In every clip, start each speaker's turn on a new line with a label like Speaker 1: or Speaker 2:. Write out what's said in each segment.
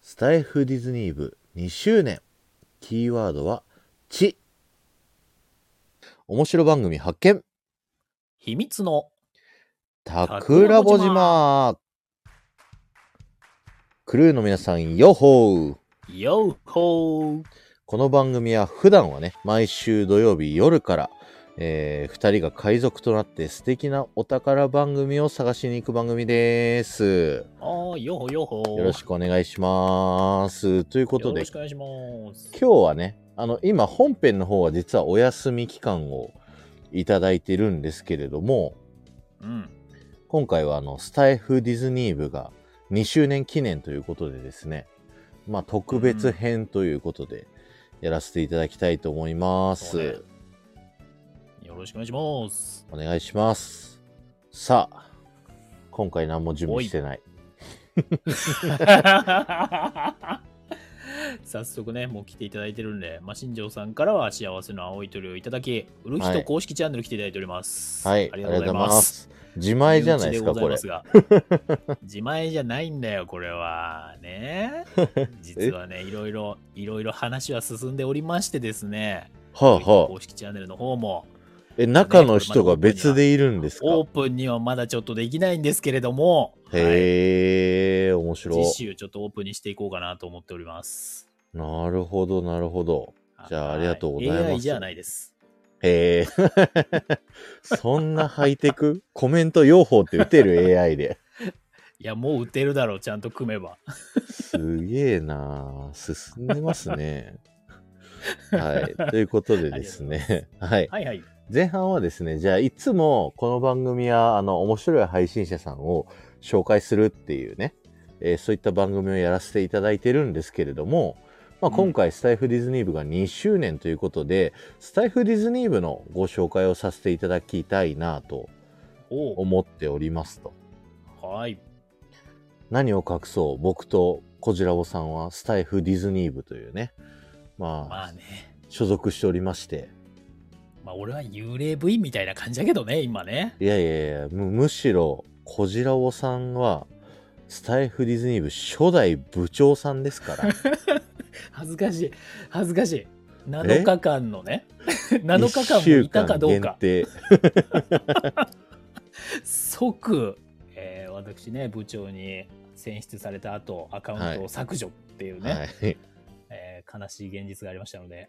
Speaker 1: スタイフディズニー部2周年。キーワードは、地。面白番組発見。
Speaker 2: 秘密の
Speaker 1: 桜ぼ
Speaker 2: ぼ島
Speaker 1: 島。クルーの皆さん、ヨッホー。
Speaker 2: ヨーホー
Speaker 1: この番組は普段はね、毎週土曜日夜から、え2人が海賊となって素敵なお宝番組を探しに行く番組です。
Speaker 2: ああ、ヨーホーヨーホー
Speaker 1: よろしくお願いします。ということ
Speaker 2: よ
Speaker 1: で
Speaker 2: ろし、くお願いします。
Speaker 1: 今日はね、あの、今本編の方は実はお休み期間をいただいてるんですけれども、
Speaker 2: うん。
Speaker 1: 今回はあの、スタイフディズニー部が2周年記念ということでですね、まあ特別編ということで、やらせていただきたいと思います。
Speaker 2: そうねよろしくお願いします。
Speaker 1: お願いします。さあ、今回何も準備してない。
Speaker 2: 早速ね、もう来ていただいてるんで、まあ、新庄さんからは幸せの青い鳥をいただき、ウルヒ
Speaker 1: は
Speaker 2: ト
Speaker 1: い
Speaker 2: 公式チャンネル来ていただいております。
Speaker 1: はい、あ
Speaker 2: あ
Speaker 1: り
Speaker 2: り
Speaker 1: が
Speaker 2: が
Speaker 1: と
Speaker 2: と
Speaker 1: う
Speaker 2: う
Speaker 1: ござい
Speaker 2: ござい
Speaker 1: ま
Speaker 2: ます。
Speaker 1: す。自前じゃないですか、
Speaker 2: 身内
Speaker 1: これ。
Speaker 2: ございます が。 自前じゃないんだよ、これは。ね。実はね、いろいろ、いろいろ話は進んでおりましてですね。
Speaker 1: はあはあ
Speaker 2: 公。式チャンネルの方も、
Speaker 1: え、中の人が別でいるんですか
Speaker 2: オープンにはまだちょっとできないんですけれども、はい
Speaker 1: へえ、面白
Speaker 2: 次
Speaker 1: い。
Speaker 2: 週ちょっとオープンにしていこうかなと思っております。
Speaker 1: なるほど、なるほど。じゃあありがとうございます
Speaker 2: は AI じゃないです。
Speaker 1: へえ。 そんなハイテクコメント用法って打てる AI で。
Speaker 2: いや、もう打てるだろう、ちゃんと組めば。
Speaker 1: すげえなあ進んでますね。はい。ということでですね。はい。
Speaker 2: は いはい。
Speaker 1: 前半はですね、じゃあいつもこの番組はあの面白い配信者さんを紹介するっていうね、えーそういった番組をやらせていただいてるんですけれども、まあ、
Speaker 2: うん
Speaker 1: 今回スタイフディズニー部が2周年ということで、スタイフディズニー部のご紹介をさせていただきたいなと
Speaker 2: おう
Speaker 1: 思っておりますと。
Speaker 2: はい。
Speaker 1: 何を隠そう、僕とこじらぼさんはスタイフディズニー部というね、
Speaker 2: ま
Speaker 1: まあ
Speaker 2: あ、ね。
Speaker 1: 所属しておりまして、
Speaker 2: まあ、俺は幽霊部員みたいな感じだけどね、今ね。
Speaker 1: いやいやいや、むむしろ、こじらおさんは、スタイフディズニー部初代部長さんです から、
Speaker 2: 恥ずかしい。恥ずかしい。7日間のね、7日間
Speaker 1: 一
Speaker 2: も
Speaker 1: 週
Speaker 2: いたかどう
Speaker 1: 間
Speaker 2: か
Speaker 1: 限、定。
Speaker 2: 即、えー私ね、部長に選出された後、アカウントを削除っていうね、
Speaker 1: はい。
Speaker 2: えー悲しい現実がありましたので、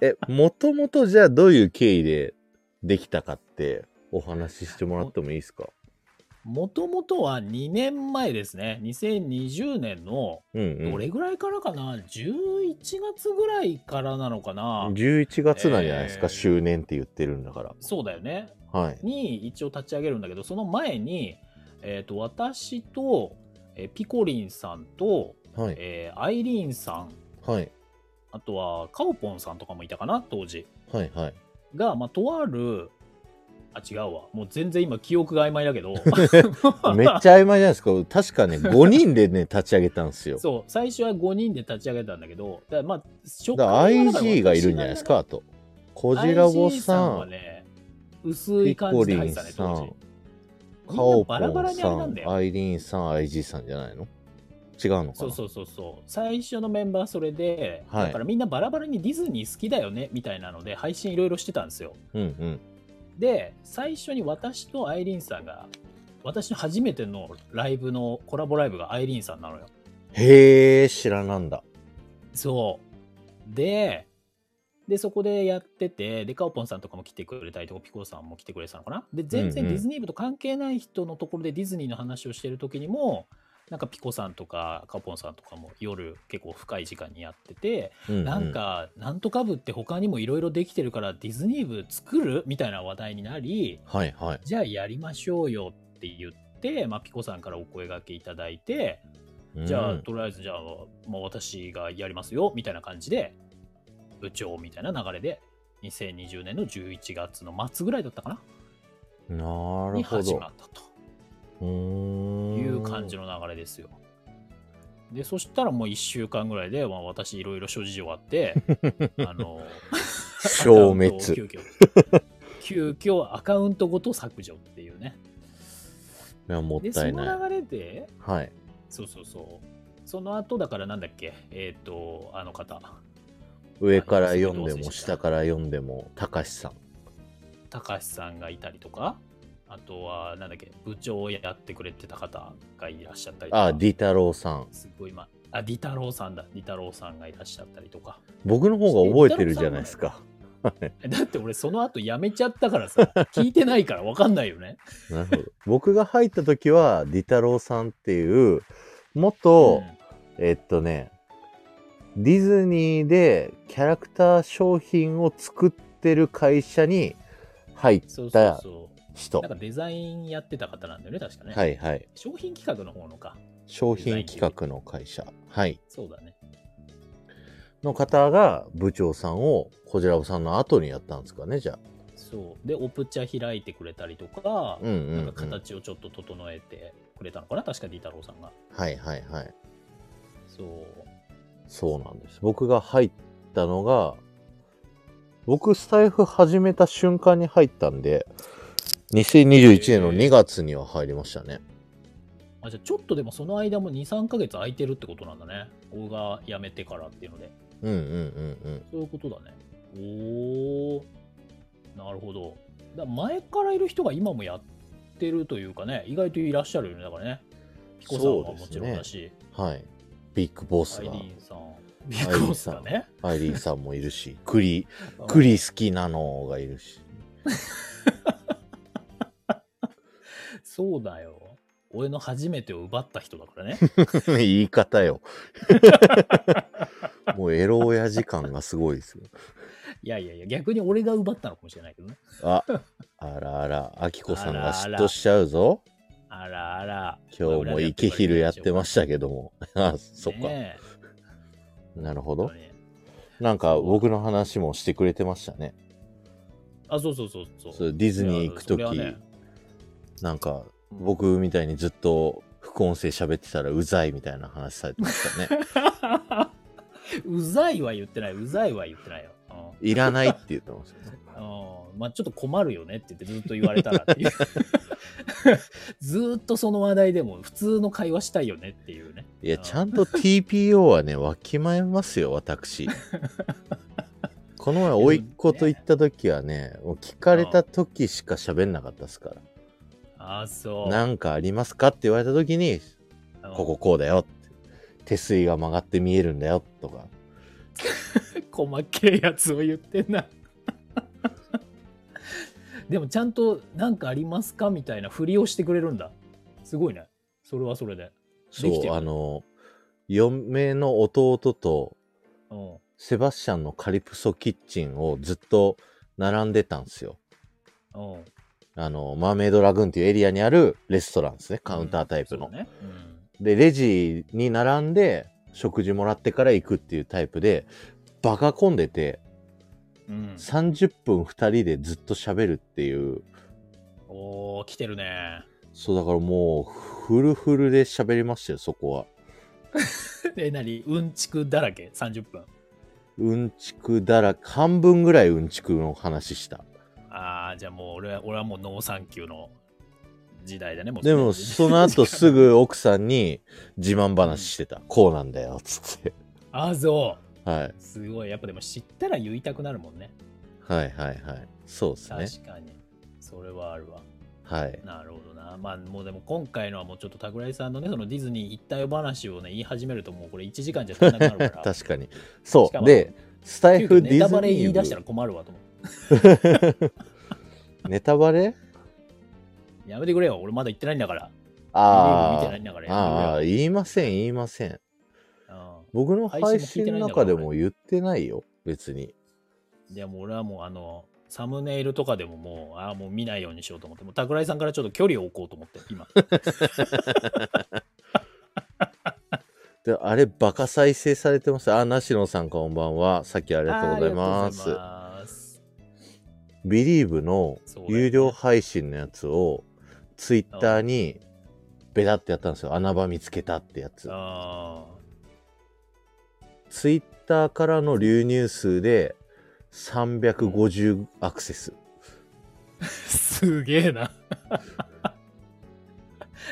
Speaker 1: え、もともとじゃあどういう経緯でできたかってお話ししてもらってもいいですか
Speaker 2: もともとは2年前ですね、2020年の、
Speaker 1: うん
Speaker 2: ど
Speaker 1: うん。
Speaker 2: れぐらいからかな、11月ぐらいからなのかな、
Speaker 1: 11月なんじゃないですか、
Speaker 2: えー
Speaker 1: 周年って言ってるんだから。
Speaker 2: そうだよね、
Speaker 1: はい。
Speaker 2: に一応立ち上げるんだけど、その前に、えー、と私と、えーピコリンさんと、
Speaker 1: はい。
Speaker 2: えーアイリーンさん、
Speaker 1: はい。
Speaker 2: あとはカオポンさんとかもいたかな、当時。
Speaker 1: はい。 はい。
Speaker 2: が、まあ、とある、あ、違うわ。もう全然今記憶が曖昧だけ ど。
Speaker 1: めっちゃ曖昧じゃないですか。確かね、5人でね、立ち上げたんですよ。
Speaker 2: そう、最初は5人で立ち上げたんだけど、だからまあ、初
Speaker 1: だから
Speaker 2: はだから
Speaker 1: IG がいるんじゃないですか、あと。こ
Speaker 2: 私
Speaker 1: じ
Speaker 2: な
Speaker 1: ら
Speaker 2: がら。
Speaker 1: ぼ
Speaker 2: IG
Speaker 1: さ
Speaker 2: は
Speaker 1: ん、
Speaker 2: ね、薄い感じで入ってたね、
Speaker 1: ピコリン
Speaker 2: 当
Speaker 1: さん
Speaker 2: 時。
Speaker 1: カオ
Speaker 2: みんなバラ
Speaker 1: ポ
Speaker 2: バラ
Speaker 1: ン
Speaker 2: にあ
Speaker 1: さ
Speaker 2: れなん
Speaker 1: ん
Speaker 2: だ、よ
Speaker 1: アイリーンさん、IG さんじゃないの違うのか
Speaker 2: そう
Speaker 1: な
Speaker 2: そうそうそう。最初のメンバーそれで、
Speaker 1: はい
Speaker 2: だからみんなバラバラにディズニー好きだよね、みたいなので、配信いろいろしてたんですよ。
Speaker 1: うんうん。
Speaker 2: で、最初に私とアイリーンさんが、私の初めてのライブの、コラボライブがアイリーンさんなのよ。
Speaker 1: へえ、知らなんだ。
Speaker 2: そう。で、で、そこでやってて、で、カオポンさんとかも来てくれたりとか、ピコさんも来てくれてたのかな。で、全然
Speaker 1: うんうん
Speaker 2: ディズニー部と関係ない人のところでディズニーの話をしてる時にも、なんかピコさんとかカオポンさんとかも夜結構深い時間にやってて、
Speaker 1: うう
Speaker 2: なん、か、なんとか部って他にもいろいろできてるからディズニー部作るみたいな話題になり、
Speaker 1: はいはい。
Speaker 2: じゃあやりましょうよって言って、まあ、ピコさんからお声掛けいただいて、じゃあ、
Speaker 1: うん
Speaker 2: とりあえずじゃあ、まあ、私がやりますよみたいな感じで部長みたいな流れで2020年の11月の末ぐらいだったかな
Speaker 1: なる
Speaker 2: に
Speaker 1: ほ
Speaker 2: 始
Speaker 1: ど
Speaker 2: ま。ったと
Speaker 1: うーん
Speaker 2: いう感じの流れですよ。でそしたらもう1週間ぐらいで、まあ、私いろいろ諸事情あって あの
Speaker 1: 消
Speaker 2: アカウントを
Speaker 1: 滅。
Speaker 2: 急遽急遽アカウントごと削除っていうね
Speaker 1: いや、も
Speaker 2: で
Speaker 1: っ
Speaker 2: そ
Speaker 1: たいない。
Speaker 2: の流れで
Speaker 1: はい。
Speaker 2: そうそうそう。その後だからなんだっけえっ、と、あの方、
Speaker 1: 上から読んでも下から読んでもたかしさん
Speaker 2: 高橋さんがいたりとか、あとはなんだっけ、部長をやってくれてた方がいらっしゃったりとか。
Speaker 1: あディ太郎さん
Speaker 2: すごい今、あ、ディタロウさんだ。ディタロウさんがいらっしゃったりとか。
Speaker 1: 僕の方が覚えてるじゃないですか
Speaker 2: だって俺その後辞めちゃったからさ、聞いてないから分かんない よね。
Speaker 1: なるほど僕が入った時はディ太郎さんっていう元、えっとねディズニーでキャラクター商品を作ってる会社に入っ
Speaker 2: うんそうそ
Speaker 1: た
Speaker 2: うそう。
Speaker 1: 人
Speaker 2: なんかデザインやってた方なんだよね、確かね。
Speaker 1: はいはい
Speaker 2: 商品企画の方のか。
Speaker 1: 商品企画の会社はい
Speaker 2: そうだね。
Speaker 1: の方が部長さんをこじらぼさんの後にやったんですかねじゃあ
Speaker 2: そう。で、オプチャ開いてくれたりとか、
Speaker 1: うんうん、う
Speaker 2: なん
Speaker 1: ん、
Speaker 2: か形をちょっと整えてくれたのかな、確かディタロウさんが。
Speaker 1: はいはいはい
Speaker 2: そう。
Speaker 1: そうなんです僕が入ったのが僕スタイフ始めた瞬間に入ったんで2021年の2月には入りましたね、
Speaker 2: あじゃあちょっとでもその間も2、3ヶ月空いてるってことなんだね。俺が辞めてからっていうので。
Speaker 1: うんうんうんうん
Speaker 2: そういうことだね。おー。なるほど。だ前からいる人が今もやってるというかね、意外といらっしゃるよね。だからね。ピコさんはもちろんだし、
Speaker 1: はいビッグボ
Speaker 2: ア
Speaker 1: ス
Speaker 2: イリ
Speaker 1: が
Speaker 2: ーンさん、ビッグボスがね。
Speaker 1: アイリーンさんもいるしクリ ク
Speaker 2: うん
Speaker 1: リ好きなのがいるし
Speaker 2: そうだよ。俺の初めてを奪った人だから ね。
Speaker 1: 言い方よ。 もうエロ親父感がすごいですよ。
Speaker 2: いやいやいや、逆に俺が奪ったのかもしれないけどね。
Speaker 1: あ、あらあら、あきこさんが嫉妬しちゃうぞ。
Speaker 2: あらあら。
Speaker 1: 今日もイケヒルやってましたけども。 あ、そっか。
Speaker 2: ねえ
Speaker 1: なるほど
Speaker 2: 本当。に
Speaker 1: なんか僕の話もしてくれてましたね。
Speaker 2: あ、そうそうそうそう。
Speaker 1: そうディズニー行くとき、
Speaker 2: いやそれはね
Speaker 1: なんか僕みたいにずっと副音声喋ってたらうざいみたいな話されてましたね。
Speaker 2: うざいは言ってない、うざいは言ってないよ。うん
Speaker 1: いらないって言ってました ね。
Speaker 2: うんまあ、ちょっと困るよねって言ってずっと言われたらっていう ずーっとその話題でも普通の会話したいよねっていうね
Speaker 1: いや、ちゃんと TPO はね、わきまえますよ、 私。この前、甥っ子と行った時はね、もう聞かれた時しか喋んなかったですから。
Speaker 2: ああそう
Speaker 1: なんかありますかって言われた時に、
Speaker 2: あの
Speaker 1: こここうだよって。手すりが曲がって見えるんだよとか。
Speaker 2: 細けえやつを言ってんな でもちゃんと何かありますかみたいなふりをしてくれるんだすごいねそれはそれで
Speaker 1: そ
Speaker 2: できて
Speaker 1: う、
Speaker 2: る
Speaker 1: あの、嫁の弟と
Speaker 2: うん
Speaker 1: セバスチャンのカリプソキッチンをずっと並んでたんですよ。
Speaker 2: うん
Speaker 1: あの、マーメイドラグーンっていうエリアにあるレストランですね。カウンタータイプの。
Speaker 2: うんそうねうん
Speaker 1: で、レジに並んで、食事もらってから行くっていうタイプで、バカ混んでて、
Speaker 2: うん、
Speaker 1: 30分2人でずっと喋るっていう、
Speaker 2: おー、来てるね。
Speaker 1: そうだからもう、フルフルで喋りましたよ、そこは。
Speaker 2: え、なにうんちくだらけ ?30 分。
Speaker 1: うんちくだら、半分ぐらいうんちくの話した。
Speaker 2: あー、じゃあもう俺は、俺はもうノーサンキューの時代だね。もう
Speaker 1: でも、その後す。ぐ奥さんに自慢話してた。こうなんだよ、つって。
Speaker 2: あー、そう。
Speaker 1: はい。
Speaker 2: すごい。やっぱでも知ったら言いたくなるもんね。
Speaker 1: はいはいはい。そうですね。
Speaker 2: 確かに。それはあるわ。
Speaker 1: はい。
Speaker 2: なるほどな。まあもうでも今回のはもうちょっと桜井さんのね、そのディズニー一体話をね、言い始めるともうこれ1時間じゃ足りなくなるから。
Speaker 1: 確かに。
Speaker 2: し
Speaker 1: そ
Speaker 2: か
Speaker 1: う。
Speaker 2: も
Speaker 1: で、、スタイ
Speaker 2: 急遽
Speaker 1: フディズ
Speaker 2: ネ
Speaker 1: ニ
Speaker 2: タ
Speaker 1: ー
Speaker 2: バ
Speaker 1: 部
Speaker 2: レ言い出したら困るわと思って
Speaker 1: ネタバレ
Speaker 2: やめてくれよ。俺まだ言ってないんだから。見て
Speaker 1: あ
Speaker 2: ないんだから
Speaker 1: あ、ああ、
Speaker 2: やめてくれよ
Speaker 1: 言いません、言いません。
Speaker 2: うん
Speaker 1: 僕の配信の中でも言ってないよ、別に。
Speaker 2: いやもう俺はもうあのサムネイルとかでももうああもう見ないようにしようと思ってもう桜井さんからちょっと距離を置こうと思って 今
Speaker 1: で、あれ、バカ再生されてます。あ、なしのさんこんばんは。さっきあ
Speaker 2: あ
Speaker 1: りがとうございます。
Speaker 2: りがとうございます
Speaker 1: ビリーブの
Speaker 2: そうだよね
Speaker 1: 有料配信のやつを、ツイッターに、ベタってやったんですよ。穴場見つけたってやつ。
Speaker 2: あ
Speaker 1: ツイッターからの流入数で、350ア クセス。
Speaker 2: ーすげえな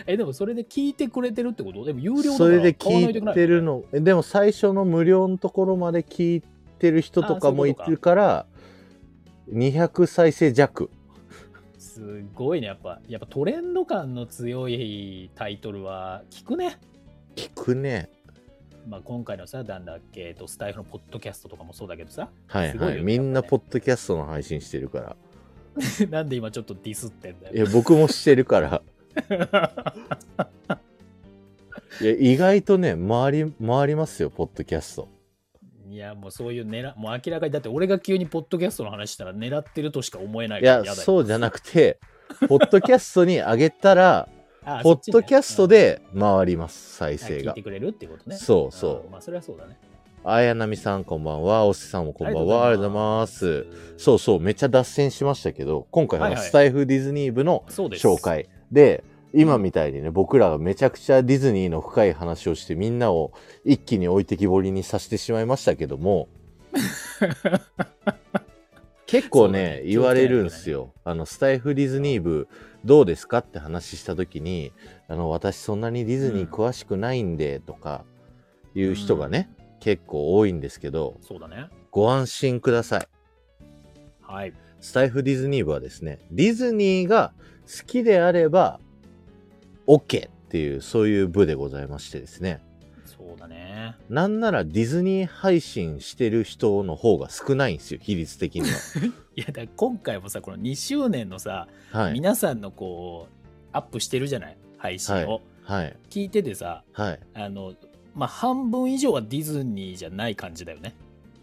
Speaker 2: え、でもそれで聞いてくれてるってことでも有料だか
Speaker 1: そ
Speaker 2: ら
Speaker 1: れで
Speaker 2: 買わな
Speaker 1: 聞
Speaker 2: と
Speaker 1: い
Speaker 2: な
Speaker 1: てるのえでも最初の無料のところまで聞いてる人とかもいるから200再生弱
Speaker 2: すごいね、やっぱ。やっぱトレンド感の強いタイトルは聞くね。
Speaker 1: 聞くね
Speaker 2: まあ、今回のさ、なんだっけ、えっと、スタイフのポッドキャストとかもそうだけどさ。
Speaker 1: はい
Speaker 2: すご
Speaker 1: はい
Speaker 2: いよ
Speaker 1: みんな
Speaker 2: やっぱね
Speaker 1: ポッドキャストの配信してるから
Speaker 2: なんで今ちょっとディスってんだ
Speaker 1: い
Speaker 2: よ。
Speaker 1: や僕もしてるから いや意外とね回り回りますよポッドキャスト
Speaker 2: いや、もうそういう狙、もう明らかに、だって俺が急にポッドキャストの話したら狙ってるとしか思えない
Speaker 1: い
Speaker 2: から
Speaker 1: や
Speaker 2: 嫌だよ
Speaker 1: そうじゃなくてポッドキャストに上げたら
Speaker 2: あ
Speaker 1: ポ
Speaker 2: そ
Speaker 1: ッ
Speaker 2: っちね
Speaker 1: ドキャストで回ります再生
Speaker 2: あ聞い
Speaker 1: が
Speaker 2: てくれるってことね。
Speaker 1: そうそう
Speaker 2: あまあ、それはそうだね。
Speaker 1: 綾波さんこんばんは、おせさんもこんばんは、あ
Speaker 2: あ
Speaker 1: り
Speaker 2: り
Speaker 1: が
Speaker 2: が
Speaker 1: とう
Speaker 2: とう
Speaker 1: ご
Speaker 2: ご
Speaker 1: ざ
Speaker 2: ざ
Speaker 1: い
Speaker 2: い
Speaker 1: ま。
Speaker 2: ます
Speaker 1: そうそう、めっちゃ脱線しましたけど、今回
Speaker 2: は
Speaker 1: はい
Speaker 2: はい
Speaker 1: スタイフディズニー部の
Speaker 2: そうです。
Speaker 1: 紹。介で、今みたいにね、僕らがめちゃくちゃディズニーの深い話をして、みんなを一気に置いてきぼりにさせてしまいましたけど も、結構
Speaker 2: そうだ
Speaker 1: ね
Speaker 2: ね
Speaker 1: 言われるんですよ。あのスタイフディズニー部どうですかって話した時にあの私そんなにディズニー詳しくないんでとかいう人がね、結構多いんですけど
Speaker 2: そうだね。
Speaker 1: ご安心ください。
Speaker 2: はい。
Speaker 1: スタイフディズニー部はですねディズニーが好きであれば OK っていうそういう部でございましてですね
Speaker 2: そうだね。
Speaker 1: なんならディズニー配信してる人の方が少ないんですよ比率的 に
Speaker 2: いや、だから今回もさ、この2周年のさ、
Speaker 1: は。はい
Speaker 2: 皆さんのこう、アップしてるじゃない配信を。
Speaker 1: はい
Speaker 2: 聞いててさ、
Speaker 1: はい
Speaker 2: あの、まあ、半分以上はディズニーじゃない感じだよね。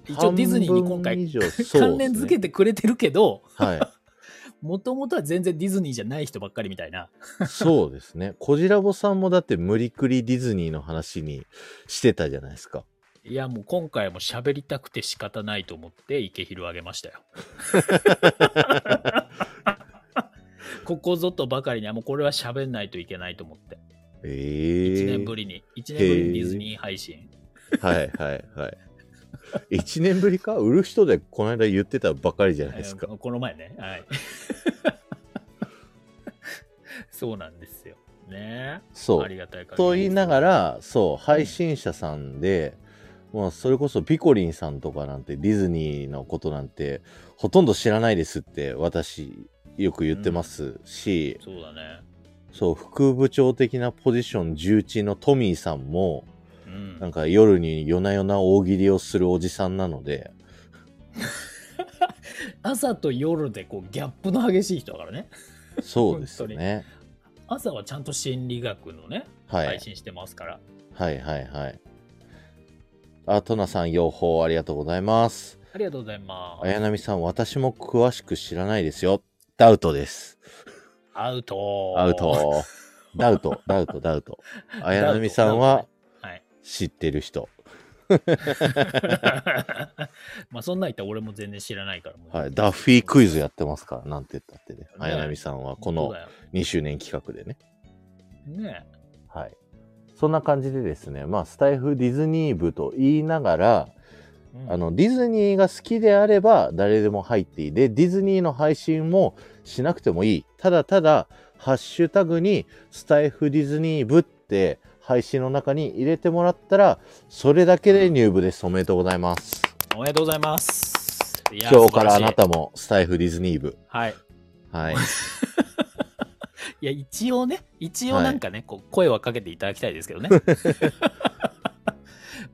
Speaker 2: 一応ディズニーに今
Speaker 1: 半
Speaker 2: 回
Speaker 1: 分以上
Speaker 2: 関連付けてくれてるけど、
Speaker 1: そうですねは
Speaker 2: もともとは全然ディズニーじゃない人ばっかりみたいな。
Speaker 1: いそうですねこじらぼさんもだって無理くりディズニーの話にしてたじゃないですか
Speaker 2: いや、もう今回も喋りたくて仕方ないと思って、池広あげました よ。ここぞとばかりには、もうこれは喋んないといけないと思って。
Speaker 1: ええ
Speaker 2: 1年ぶりに、1年ぶりにディズニー配信。
Speaker 1: はいはいはい1年ぶりか売る人でこの間言ってたばかりじゃないですか
Speaker 2: えーこの前ね。はい。 そうなんですよ。ね
Speaker 1: そ
Speaker 2: あ
Speaker 1: う
Speaker 2: りがたいから。
Speaker 1: と言いなが、らそう配信者さんで、まあ、それこそピコリンさんとかなんてディズニーのことなんてほとんど知らないですって私よく言ってますし、
Speaker 2: そうだね。
Speaker 1: そう副部長的なポジション重鎮のトミーさんも
Speaker 2: うん
Speaker 1: なんか夜に夜な夜な大喜利をするおじさんなの で
Speaker 2: 朝と夜でこうギャップの激しい人だからね。
Speaker 1: そうですね
Speaker 2: 朝はちゃんと心理学のね、
Speaker 1: はい
Speaker 2: 配信してますから。
Speaker 1: はいはいはいあトナさん養蜂ありがとうございます
Speaker 2: ありがとうございます。
Speaker 1: 綾波さん私も詳しく知らないですよダウトです
Speaker 2: アウト。
Speaker 1: アウ。ト。ダウト、ダウト、 ダウト。綾波さんは
Speaker 2: はい。
Speaker 1: 知ってる人。
Speaker 2: まあそんなん言ったら俺も全然知らないからもう。
Speaker 1: はい、ダッフィークイズやってますから、なんて言ったってね。綾波さんはこ
Speaker 2: そう
Speaker 1: の
Speaker 2: だよ
Speaker 1: 2周年企画でね。
Speaker 2: ねえ
Speaker 1: はい。そんな感じでですね、まあ、スタイフディズニー部と言いながら、
Speaker 2: うん
Speaker 1: あの、ディズニーが好きであれば誰でも入っていい。で、ディズニーの配信もしなくてもいい。ただただ、ハッシュタグにスタイフディズニー部って配信の中に入れてもらったら、それだけで入部です。おめでとうございます。
Speaker 2: おめでとうございます。いや
Speaker 1: 今日からあな。
Speaker 2: 素晴し
Speaker 1: たもスタイフディズニー部。
Speaker 2: いはい。
Speaker 1: はい。
Speaker 2: いや、一応ね、一応なんかね、こう声はかけていただきたいです けどね。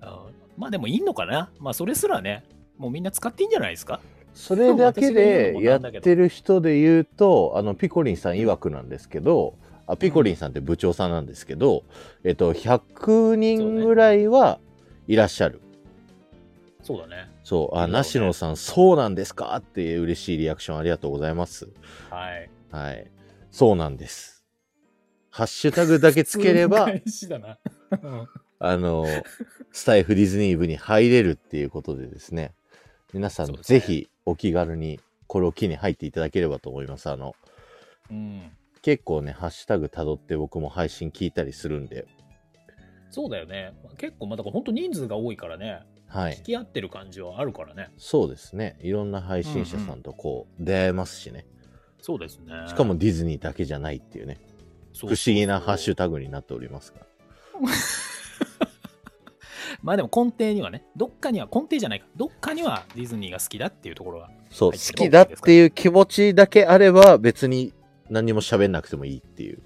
Speaker 2: あまあでもいいのかな。まあそれすらね、もうみんな使っていいんじゃないですか。
Speaker 1: それだけでやってる人で言うと、あの、ピコリンさん曰くなんですけど、あピコリンさんって部長さんなんですけど、えっと、100人ぐらいはいらっしゃる。
Speaker 2: そうだね。
Speaker 1: そう、あ、
Speaker 2: そうね
Speaker 1: ナシノさん、そうなんですかって嬉しいリアクションありがとうございます。
Speaker 2: はい。
Speaker 1: はい。そうなんです。ハッシュタグだけつければ、
Speaker 2: 返しだな。 うん
Speaker 1: あの、スタイフディズニー部に入れるっていうことでですね、皆さん、
Speaker 2: そうです
Speaker 1: ぜ
Speaker 2: ね
Speaker 1: ひお気軽にこれを機に入っていただければと思います。あの、
Speaker 2: うん。
Speaker 1: 結構ね、ハッシュタグ辿って僕も配信聞いたりするんで、
Speaker 2: そうだよね。結構まだ本当人数が多いからね、
Speaker 1: は
Speaker 2: 聞
Speaker 1: い。
Speaker 2: き合ってる感じはあるからね。
Speaker 1: そうですね。いろんな配信者さんとこう出会えますしね。
Speaker 2: そうですね。
Speaker 1: しかも、ディズニーだけじゃないっていうね。不
Speaker 2: そうそう
Speaker 1: 思議なハッシュタグになっておりますが。
Speaker 2: まあでも根底にはね、どっかには、根底じゃないか、どっかにはディズニーが好きだっていうところが。
Speaker 1: そう、
Speaker 2: は
Speaker 1: 好
Speaker 2: い
Speaker 1: きだっていう気持ちだけあれば別に何も喋んなくてもいいっていう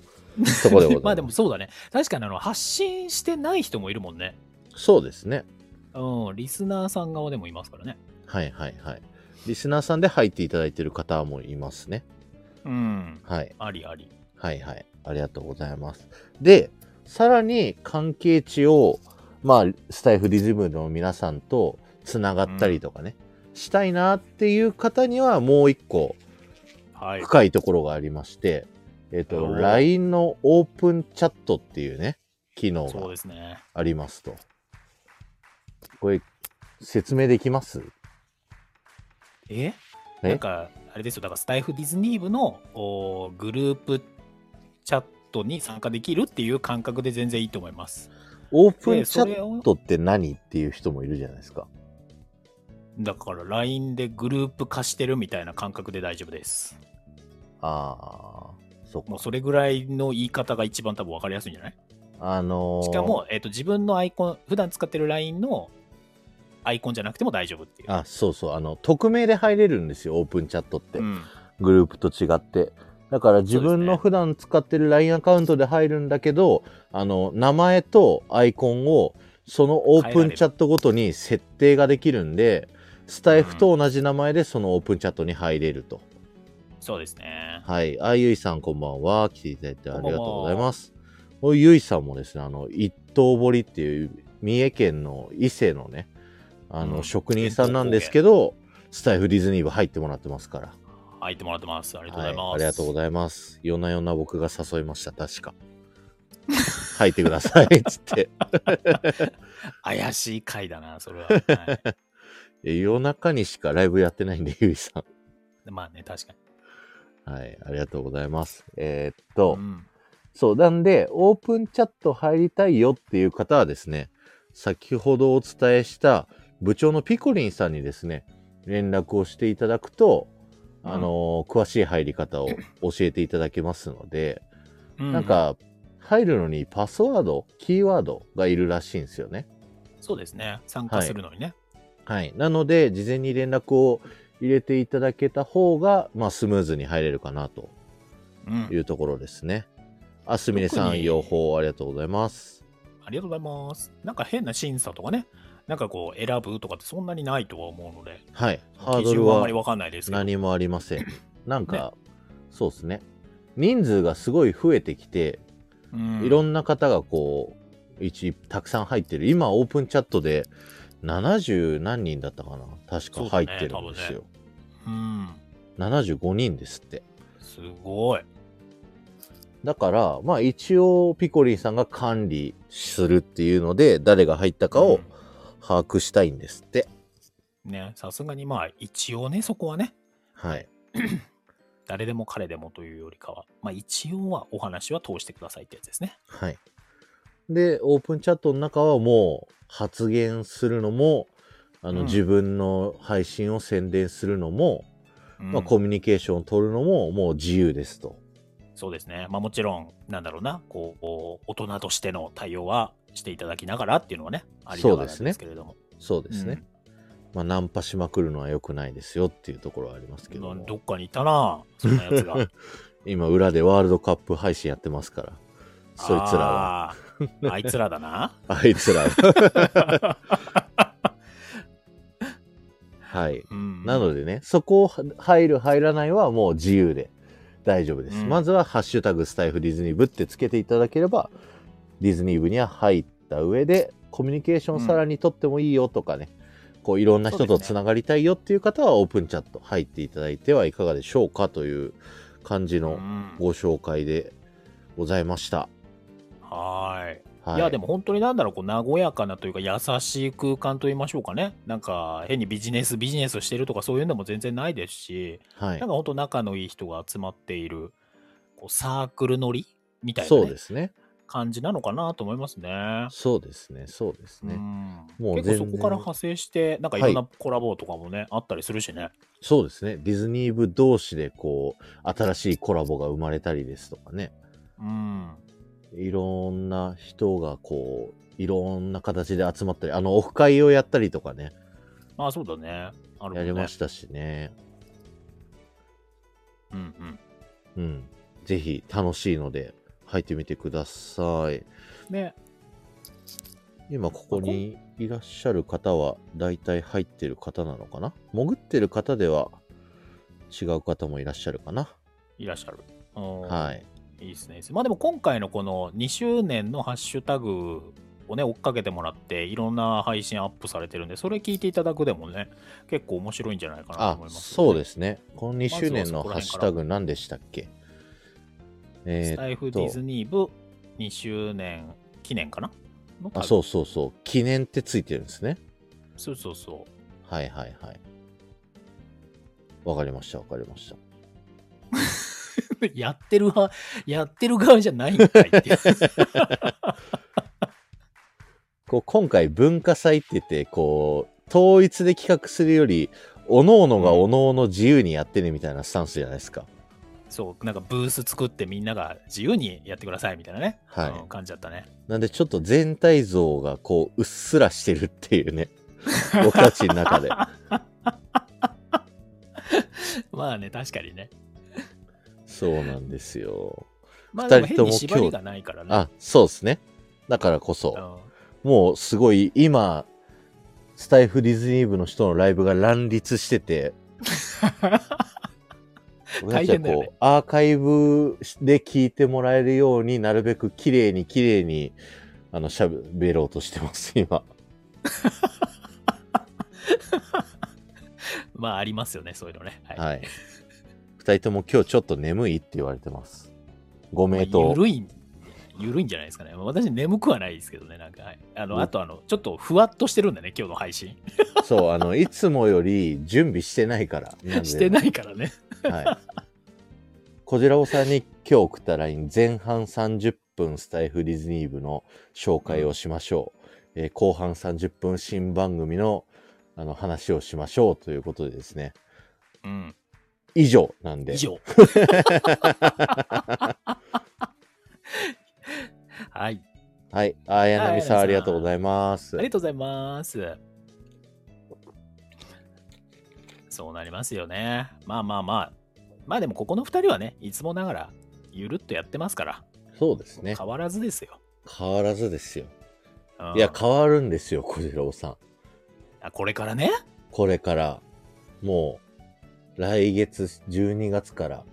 Speaker 1: ところでございます。
Speaker 2: まあでもそうだね。確かにあの発信してない人もいるもんね。
Speaker 1: そうですね。
Speaker 2: うん、リスナーさん側でもいますからね。
Speaker 1: はいはいはい。リスナーさんで入っていただいてる方もいますね。
Speaker 2: うん。
Speaker 1: はい。
Speaker 2: ありあり。
Speaker 1: はいはい。ありがとうございます。で、さらに関係値を、まあ、スタイフリズムの皆さんとつながったりとかね、したいなっていう方にはもう一個
Speaker 2: はい。
Speaker 1: 深いところがありまして、えっ、
Speaker 2: お
Speaker 1: と、
Speaker 2: ー
Speaker 1: LINE のオープンチャットっていうね、機能
Speaker 2: そう
Speaker 1: が
Speaker 2: ですね。
Speaker 1: ありますと。これ、説明できます
Speaker 2: え
Speaker 1: え
Speaker 2: なんか、あれですよ、だからスタイフディズニー部のおーグループチャットに参加できるっていう感覚で全然いいと思います。
Speaker 1: オープン
Speaker 2: で
Speaker 1: チ
Speaker 2: そ
Speaker 1: ャ
Speaker 2: れを
Speaker 1: ットって何っていう人もいるじゃないですか。
Speaker 2: だから LINE でグループ化してるみたいな感覚で大丈夫です。
Speaker 1: ああ、そっ
Speaker 2: もう
Speaker 1: か。
Speaker 2: それぐらいの言い方が一番多分分かりやすいんじゃない
Speaker 1: あのー
Speaker 2: しかも、えっと自分のアイコン普段使ってる LINE のアイコンじゃなくても大丈夫っていう。
Speaker 1: あ、そうそう、あの、匿名で入れるんですよ、オープンチャットって。
Speaker 2: うん、
Speaker 1: グループと違って。だから自分の
Speaker 2: そうですね
Speaker 1: 普段使ってる LINE アカウントで入るんだけど、あの、名前とアイコンを、そのオープンチャットごとに設定ができるんで、スタイフと同じ名前でそのオープンチャットに入れると。
Speaker 2: そうですね。
Speaker 1: はい。あ、ゆいさんこんばんは。来ていただいてありがとうございます。おゆいさんもですね、あの、一刀彫りっていう三重県の伊勢のね、あの、
Speaker 2: うん
Speaker 1: 職人さんなんですけど、スタイフディズニー部入ってもらってますから。
Speaker 2: 入ってもらってます。ありが
Speaker 1: は
Speaker 2: とうござ
Speaker 1: い
Speaker 2: います。
Speaker 1: ありがとうございます。夜な夜な僕が誘いました、確か。 入ってください、つって。
Speaker 2: 怪しい回だな、それは。はい
Speaker 1: え夜中にしかライブやってないんで、ゆいさ
Speaker 2: まあね、確かに。
Speaker 1: ん。はい。ありがとうございます。えーっと、
Speaker 2: うん
Speaker 1: そう、なんで、オープンチャット入りたいよっていう方はですね、先ほどお伝えした部長のピコリンさんにですね、連絡をしていただくと、あのー詳しい入り方を教えていただけますので、
Speaker 2: う
Speaker 1: なん、か、入るのにパスワード、キーワードがいるらしいんですよね。
Speaker 2: そうですね。参加するのにね。
Speaker 1: はい。なので、事前に連絡を入れていただけた方が、まあ、スムーズに入れるかなと
Speaker 2: うん
Speaker 1: いうところですね。あすみれさ
Speaker 2: 特
Speaker 1: ん、
Speaker 2: に
Speaker 1: 予報ありがとうございます。
Speaker 2: ありがとうございます。なんか変な審査とかね、なんかこう選ぶとかってそんなにないとは思うので、
Speaker 1: はい。ハー
Speaker 2: 基
Speaker 1: ドル
Speaker 2: 準はあんま
Speaker 1: は
Speaker 2: りわかんないですけど。
Speaker 1: 何もありませ ん。なんか、そうですね。人数がすごい増えてきて、
Speaker 2: うん
Speaker 1: いろんな方がこう、一たくさん入ってる。今、オープンチャットで70何人だったかな確か入ってるんですよ。
Speaker 2: うん、
Speaker 1: 75人ですって。
Speaker 2: すごい。
Speaker 1: だから、まあ一応、ピコリンさんが管理するっていうので、誰が入ったかを把握したいんですって。
Speaker 2: うんね、さすがにまあ一応ね、そこはね、
Speaker 1: はい。
Speaker 2: 誰でも彼でもというよりかは、まあ一応はお話は通してくださいってやつですね。
Speaker 1: はい。で、オープンチャットの中はもう発言するのも、あの、
Speaker 2: うん
Speaker 1: 自分の配信を宣伝するのも、
Speaker 2: うん
Speaker 1: まあ、コミュニケーションを取るのももう自由ですと。
Speaker 2: そうですね。まあもちろん、なんだろうな、こう、こう大人としての対応はしていただきながらっていうのはね、ありながらですけれども。
Speaker 1: そうですね。まあ、ナンパしまくるのは良くないですよっていうところはありますけど
Speaker 2: ど
Speaker 1: も
Speaker 2: どっかにいたなそんなや つが
Speaker 1: 今、裏でワールドカップ配信やってますから、そいつらは。
Speaker 2: あーあいつら だな
Speaker 1: あいつらは。はい。
Speaker 2: うん
Speaker 1: なのでね、そこを入る入らないはもう自由で大丈夫です。
Speaker 2: うん
Speaker 1: まずはハッシュタグスタイフディズニー部ってつけていただければ、ディズニー部には入った上で、コミュニケーションさらに取ってもいいよとかね、こういろんな人
Speaker 2: そう
Speaker 1: と
Speaker 2: ですね
Speaker 1: つながりたいよっていう方はオープンチャット入っていただいてはいかがでしょうかという感じ
Speaker 2: う
Speaker 1: の
Speaker 2: ん
Speaker 1: ご紹介でございました。
Speaker 2: はーい
Speaker 1: はい。
Speaker 2: いやでも本当になんだろうこう和やかなというか優しい空間と言いましょうかねなんか変にビジネスビジネスをしてるとかそういうのも全然ないですし、
Speaker 1: はい
Speaker 2: なんか本当仲のいい人が集まっているこうサークル乗りみたいなね、
Speaker 1: そうですね。
Speaker 2: 感じなのかなと思いますね。
Speaker 1: そうですね。そうですね。
Speaker 2: うん
Speaker 1: もう
Speaker 2: 結構
Speaker 1: 全
Speaker 2: そ
Speaker 1: 然
Speaker 2: こから派生してなんかいろんなコラボとかもね、あったりするしね。
Speaker 1: そうですね。ディズニー部同士でこう、新しいコラボが生まれたりですとかね。
Speaker 2: うん。
Speaker 1: いろんな人がこう、いろんな形で集まったり、あの、オフ会をやったりとかね、
Speaker 2: まあそうだね。あるもんね
Speaker 1: やりましたしね。
Speaker 2: うんうん。
Speaker 1: うん。ぜひ楽しいので、入ってみてください。
Speaker 2: ね。
Speaker 1: 今ここにいらっしゃる方は大体入ってる方なのかな潜ってる方では違う方もいらっしゃるかな、
Speaker 2: いらっしゃる。うん
Speaker 1: はい
Speaker 2: いいですね。いいっすねまあでも今回のこの2周年のハッシュタグをね、追っかけてもらって、いろんな配信アップされてるんで、それ聞いていただくでもね、結構面白いんじゃないかなと
Speaker 1: あ
Speaker 2: 思います、。
Speaker 1: そうですすねこの2周年のハッシュタグ何でしたっけえ
Speaker 2: スタイフ
Speaker 1: ー、っ
Speaker 2: ディズ
Speaker 1: と
Speaker 2: ニー部2周年記念かなの。
Speaker 1: あそううそうそう記念ってついてるんですね
Speaker 2: そうそうそ
Speaker 1: はいはいはいわかりましたわかりました
Speaker 2: う。 やってる派、やってる側じゃないんかい っていう。
Speaker 1: こう今回文化祭って言ってこう統一で企画するより各々が各々自由にやってねみたいなスタンスじゃないですか、
Speaker 2: そう、なんかブース作ってみんなが自由にやってくださいみたいなね、
Speaker 1: はい
Speaker 2: うん感じだったね。
Speaker 1: なんでちょっと全体像がこううっすらしてるっていう ね僕たちの中で
Speaker 2: まあね、確かにね。
Speaker 1: そうなんですよ
Speaker 2: まあ、
Speaker 1: 二人
Speaker 2: でも変
Speaker 1: とも
Speaker 2: に縛りがないからね。
Speaker 1: あそうですねだからこ
Speaker 2: う
Speaker 1: そ
Speaker 2: ん
Speaker 1: もうすごい今スタイフディズニー部の人のライブが乱立して て僕た
Speaker 2: 大
Speaker 1: ちは
Speaker 2: 変だよ
Speaker 1: こ
Speaker 2: ね
Speaker 1: うアーカイブで聞いてもらえるようになるべく綺麗に綺麗にあのしゃべろうとしてます今
Speaker 2: まあ、ありますよね、そういうのね。はい。
Speaker 1: はい。二人とも今日ちょっと眠いって言われてます。ご名答
Speaker 2: ゆ。 るい、ゆるいんじゃないですかね。まあ私、眠くはないですけどね、なんか、はい。あ
Speaker 1: うん
Speaker 2: の、あと、あの、ちょっとふわっとしてるんだね、今日の配信。
Speaker 1: そう、あの、いつもより準備してないから。
Speaker 2: して
Speaker 1: い。
Speaker 2: ないからね。
Speaker 1: はい。こじらおさんに今日送った LINE、前半30分スタイフディズニー部の紹介をしましょう。えー後半30分新番組のあの話をしましょうということでですね。
Speaker 2: うん。
Speaker 1: 以上なんで。
Speaker 2: 以 上。はい。
Speaker 1: はい。あやなみさん
Speaker 2: あやなみさん
Speaker 1: ありがとうございます
Speaker 2: あ。りがとうございます。そうなりますよね。まあまあまあ。まあでもここの2人はね、いつもながらゆるっとやってますから、
Speaker 1: そうですね。
Speaker 2: 変わらずですよ。
Speaker 1: 変わらずですよ。
Speaker 2: うん
Speaker 1: いや、変わるんですよ、小次郎さん。
Speaker 2: あこれからね、
Speaker 1: これから、もう、来月12月から、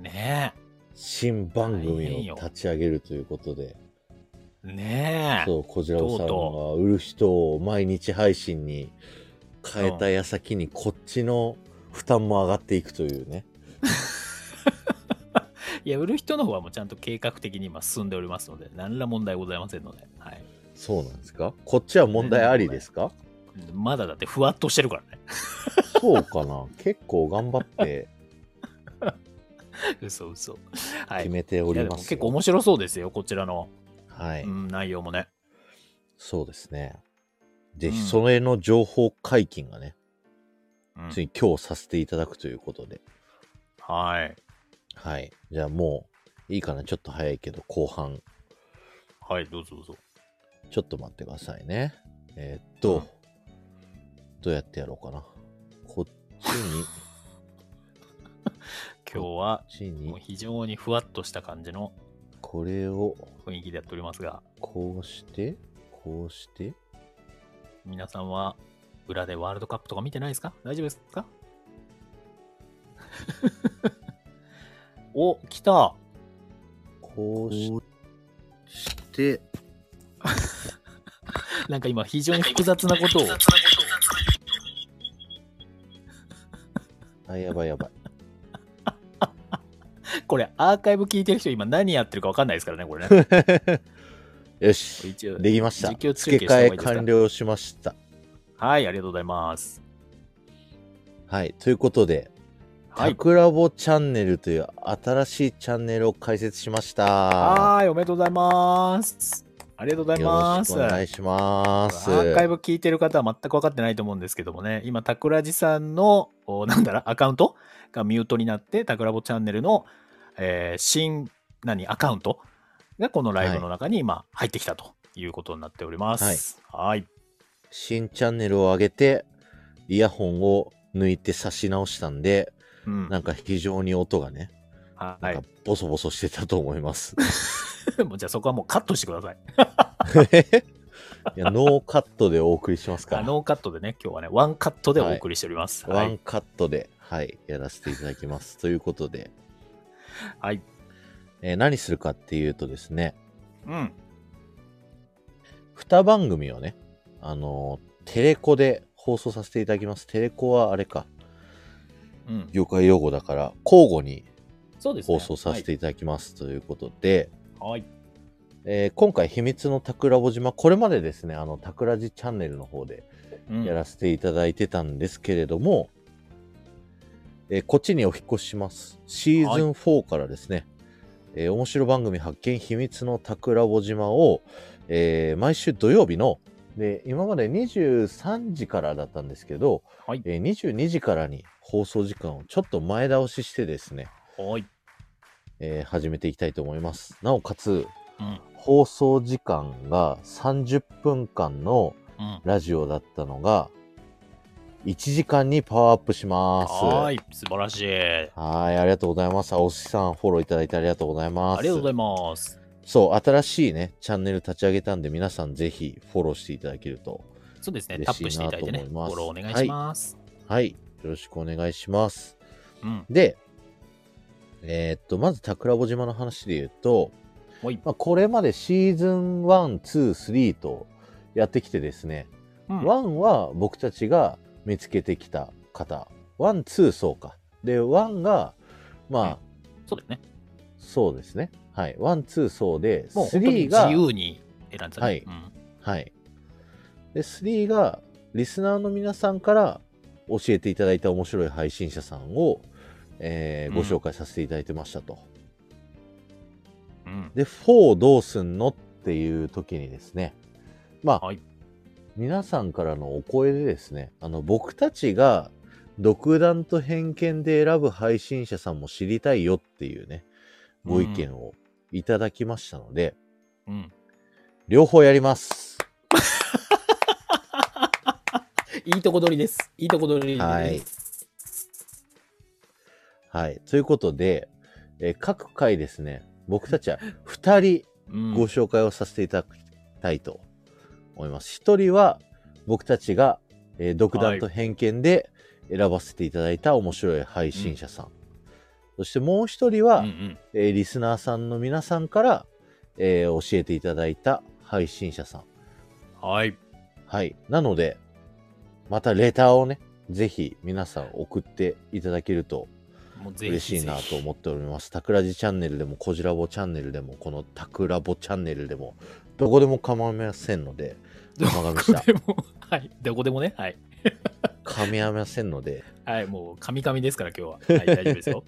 Speaker 2: ね
Speaker 1: 新番
Speaker 2: 大変
Speaker 1: 組を
Speaker 2: よ
Speaker 1: 立ち上げるということで、
Speaker 2: え、ねえ
Speaker 1: そう、小次郎さん
Speaker 2: とうと
Speaker 1: が売る人を毎日配信に変えた矢先に、こっちの負担も上がっていくというね。。
Speaker 2: いや、売る人の方はもうちゃんと計画的に今進んでおりますので、何ら問題ございませんので、はい。
Speaker 1: そうなんですかこっちは問題ありですか
Speaker 2: まだだってふわっとしてるからね。
Speaker 1: そうかな 結構頑張って
Speaker 2: 嘘嘘。 はい。
Speaker 1: 決めてお
Speaker 2: いや
Speaker 1: り
Speaker 2: でも
Speaker 1: ますよ。
Speaker 2: 結構面白そうですよ、こちらの、
Speaker 1: はい、
Speaker 2: うん、内容もね。
Speaker 1: そうですね。ぜ
Speaker 2: う
Speaker 1: ひ、
Speaker 2: ん
Speaker 1: それの情報解禁がね、
Speaker 2: うん
Speaker 1: つい今日させていただくということで。
Speaker 2: はい。
Speaker 1: はい。じゃあもう、いいかなちょっと早いけど、後半、
Speaker 2: はい、どうぞどうぞ。
Speaker 1: ちょっと待ってくださいね。えーっと、
Speaker 2: うん
Speaker 1: どうやってやろうかな。こっちに、こ
Speaker 2: 今日は
Speaker 1: っち
Speaker 2: もう
Speaker 1: に、
Speaker 2: 非常にふわっとした感じの
Speaker 1: これを、
Speaker 2: 雰囲気でやっておりますが、
Speaker 1: こうして、こうして、
Speaker 2: 皆さんは裏でワールドカップとか見てないですか大丈夫ですか お、来た
Speaker 1: こうしして、
Speaker 2: なんか今非常に複雑なことを。
Speaker 1: あ、やばいやばい。
Speaker 2: これアーカイブ聞いてる人今何やってるかわかんないですからね、こ れね。
Speaker 1: よし、
Speaker 2: 一応
Speaker 1: できました。
Speaker 2: 実況中
Speaker 1: 付
Speaker 2: 継
Speaker 1: け
Speaker 2: した方がいい
Speaker 1: 替え
Speaker 2: ですか
Speaker 1: 完了しました。
Speaker 2: はい、ありがとうございます。
Speaker 1: はい。ということで、
Speaker 2: は
Speaker 1: タ
Speaker 2: い。
Speaker 1: クラボチャンネルという新しいチャンネルを開設しました。
Speaker 2: はーい、おめでとうございます。ありがとうござい
Speaker 1: よろ
Speaker 2: ま
Speaker 1: し
Speaker 2: す。
Speaker 1: くお願いします。
Speaker 2: アーカイブ聞いてる方は全く分かってないと思うんですけどもね、今、タクラジさんの、おなんだら、アカウントがミュートになって、タクラボチャンネルの、えー新何、アカウントがこのライブの中に今入ってきたということになっております。はい。
Speaker 1: 新チャンネルを上げて、イヤホンを抜いて差し直したんで、
Speaker 2: うん
Speaker 1: なんか非常に音がね、
Speaker 2: は
Speaker 1: なんかボソボソしてたと思い ます。
Speaker 2: い。 もうじゃあそこはもうカットしてください。
Speaker 1: いやノーカットでお送りしますか
Speaker 2: あ
Speaker 1: ら。
Speaker 2: ノーカットでね、今日はね、ワンカットでお送りしております。は
Speaker 1: ワン
Speaker 2: い。
Speaker 1: カットで、はい、やらせていただきます。 ということで、
Speaker 2: はい。
Speaker 1: えー何するかっていうとですね、
Speaker 2: うん。
Speaker 1: 2番組をね、あのーテレコで放送させていただきます。テレコはあれか、
Speaker 2: うん。
Speaker 1: 業界用語だから、交互に
Speaker 2: そうですね。
Speaker 1: 放送させていただきますということで、
Speaker 2: はい。はい。
Speaker 1: えー今回、秘密の桜ぼ島、これまでですね、あの、桜地チャンネルの方で
Speaker 2: うん
Speaker 1: やらせていただいてたんですけれども、えーこっちにお引っ越しします。シーズン4からですね、えー面白番組発見秘密の桜ぼ島を、えー毎週土曜日の、で、今まで23時からだったんですけど、
Speaker 2: はい
Speaker 1: えー22時からに放送時間をちょっと前倒ししてですね、
Speaker 2: はい。
Speaker 1: えー始めていきたいと思います。なおかつ、
Speaker 2: うん
Speaker 1: 放送時間が30分間の
Speaker 2: うん。
Speaker 1: ラジオだったのが、1時間にパワーアップします。
Speaker 2: は
Speaker 1: はいい。
Speaker 2: 素晴らしい。
Speaker 1: ありがとうございます。青木さん、フォローいただいてありがとうございます。
Speaker 2: ありがとうございます。
Speaker 1: そう、新しいね、チャンネル立ち上げたんで、皆さんぜひフォローしていただけると。
Speaker 2: そうですね。タ
Speaker 1: 嬉
Speaker 2: ップ
Speaker 1: し
Speaker 2: し
Speaker 1: い
Speaker 2: てい
Speaker 1: な
Speaker 2: ただいてね。
Speaker 1: と
Speaker 2: フ
Speaker 1: 思います
Speaker 2: ォローお願いします。
Speaker 1: はい。よろしくお願いします。
Speaker 2: うん。
Speaker 1: で、えーっと、まず桜穂島の話で言うと、
Speaker 2: はい。
Speaker 1: まあ、これまでシーズン1、2、3とやってきてですね、
Speaker 2: うん
Speaker 1: 1は僕たちが見つけてきた方、1、2そうか。で、1が、まあ、
Speaker 2: そうですね。
Speaker 1: そうですね。はい。1、2そうで、
Speaker 2: もう本当に
Speaker 1: 3
Speaker 2: 自
Speaker 1: が、
Speaker 2: 由に選んでたね。
Speaker 1: はい
Speaker 2: うん
Speaker 1: はい。で、3が、リスナーの皆さんから教えていただいた面白い配信者さんを、えーご紹介させていただいてましたと。
Speaker 2: うん。
Speaker 1: で、4どうすんのっていう時にですね、まあ、
Speaker 2: はい
Speaker 1: 皆さんからのお声でですね、あの、僕たちが独断と偏見で選ぶ配信者さんも知りたいよっていうね、ご意見をいただきましたので、
Speaker 2: うん。
Speaker 1: 両方やります。
Speaker 2: いいとこ取りです。いいとこ取りです。
Speaker 1: はいはい。ということで、えー各回ですね、僕たちは2人
Speaker 2: うん。
Speaker 1: ご紹介をさせていただきたいと思います。1人は僕たちが、えー独断と偏見で選ばせていただいた面白い配信者さん。そしてもう1人は、
Speaker 2: うんうん。
Speaker 1: えーリスナーさんの皆さんから、えー教えていただいた配信者さん。
Speaker 2: はい。
Speaker 1: はい。なので、またレターをね、ぜひ皆さん送っていただけると
Speaker 2: もうぜひぜひ。
Speaker 1: 嬉しいなと思っております。タクラジチャンネルでも、コジラボチャンネルでも、このタクラボチャンネルでも、どこでも構いませんので、
Speaker 2: ど
Speaker 1: わかりまし
Speaker 2: こ
Speaker 1: た
Speaker 2: でも、はい。どこでもね。はい。
Speaker 1: 噛み合いませんので、
Speaker 2: はい、もう、カミカミですから、今日は。はい、大丈夫で すよ。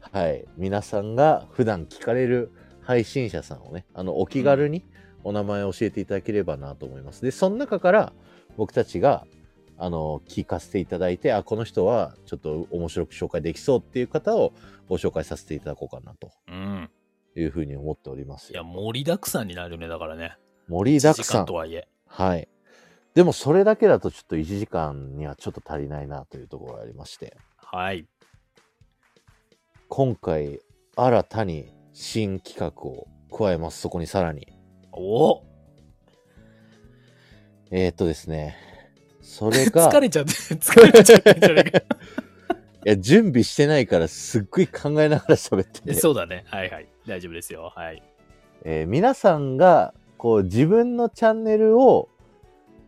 Speaker 1: はい。皆さんが普段聞かれる配信者さんをね、あの、お気軽にお名前を教えていただければなと思います。で、その中から僕たちが、あの、聞かせていただいて、あ、この人はちょっと面白く紹介できそうっていう方をご紹介させていただこうかなと
Speaker 2: うん。
Speaker 1: いうふうに思っております
Speaker 2: い。や、盛りだくさんになるね、だからね。
Speaker 1: 盛りだく
Speaker 2: 1時
Speaker 1: さ
Speaker 2: 間
Speaker 1: ん
Speaker 2: と。はいえ。
Speaker 1: はい。でもそれだけだとちょっと1時間にはちょっと足りないなというところがありまして、
Speaker 2: はい。
Speaker 1: 今回新たに新企画を加えます。そこにさらに。
Speaker 2: おお
Speaker 1: えー、っとですね。それが、
Speaker 2: 疲れちゃって、疲れちゃってんじゃねえか。
Speaker 1: いや、準備してないからすっごい考えながら喋って て、
Speaker 2: そうだね。はいはい。大丈夫ですよ。はい。
Speaker 1: えー皆さんが、こう、自分のチャンネルを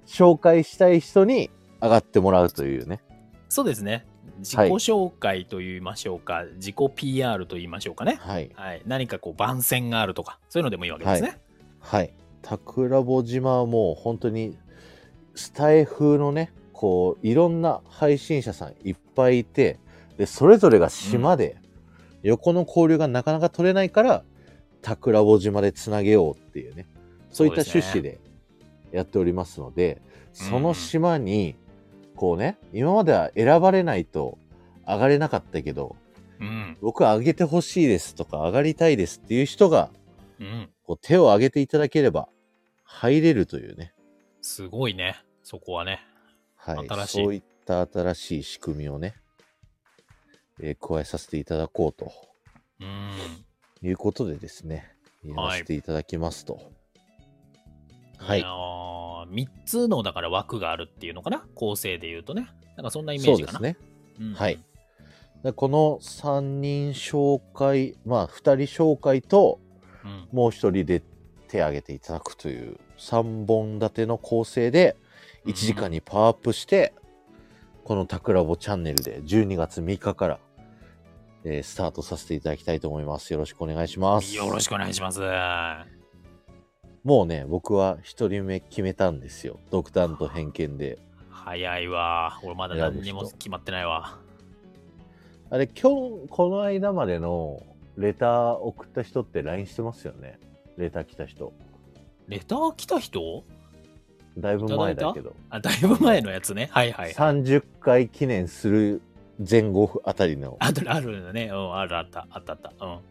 Speaker 1: 紹介したい人に上がってもらうというね。
Speaker 2: そうですね。自己
Speaker 1: はい
Speaker 2: 紹介と言いましょうか、自己 PR と言いましょうかね。
Speaker 1: はい。
Speaker 2: はい。何かこう、番宣があるとか、そういうのでもいいわけですね。
Speaker 1: はい。桜穂島はもう本当にスタイ風のね、こう、いろんな配信者さんいっぱいいて、で、それぞれが島で、横の交流がなかなか取れないから、桜穂島でつなげようっていうね、そういった
Speaker 2: そう
Speaker 1: 趣
Speaker 2: ですね
Speaker 1: 旨でやっておりますので、
Speaker 2: うん
Speaker 1: その島に、こうね、今までは選ばれないと上がれなかったけど、
Speaker 2: ううん。
Speaker 1: 僕上げてほしいですとか上がりたいですっていう人が
Speaker 2: うん。
Speaker 1: こう手を挙げていただければ入れるというね、
Speaker 2: すごいね。そこはね。
Speaker 1: はい、
Speaker 2: 新しい
Speaker 1: そういった新しい仕組みをね、えー加えさせていただこうと
Speaker 2: うん。
Speaker 1: いうことでですね、やらせていただきますと。はい。
Speaker 2: あのー、3つの、だから枠があるっていうのかな構成で言うとね。なんかそんなイメー
Speaker 1: そう
Speaker 2: ジ
Speaker 1: で
Speaker 2: かな。
Speaker 1: すね。
Speaker 2: うん
Speaker 1: はい。でこの3人紹介、まあ2人紹介と
Speaker 2: うん。
Speaker 1: もう1人で手挙げていただくという3本立ての構成で1時間にパワーアップして、このタクラボチャンネルで12月3日から、えースタートさせていただきたいと思います。よろしくお願いします。
Speaker 2: よろしくお願いします。は
Speaker 1: もうね、僕は1人目決めたんですよ。独断と偏見で。
Speaker 2: 早いわ。俺まだ何にも決まってないわ。
Speaker 1: あれ、今日、この間までのレター送った人って LINE してますよね。レター来た人。
Speaker 2: レター来た人
Speaker 1: だいぶ前だけど。
Speaker 2: あ、だいぶ前のやつね。はいはい。
Speaker 1: 30回記念する前後あたりの。
Speaker 2: あとあるよね。うん、あるあった。あったあった。うん。
Speaker 1: だか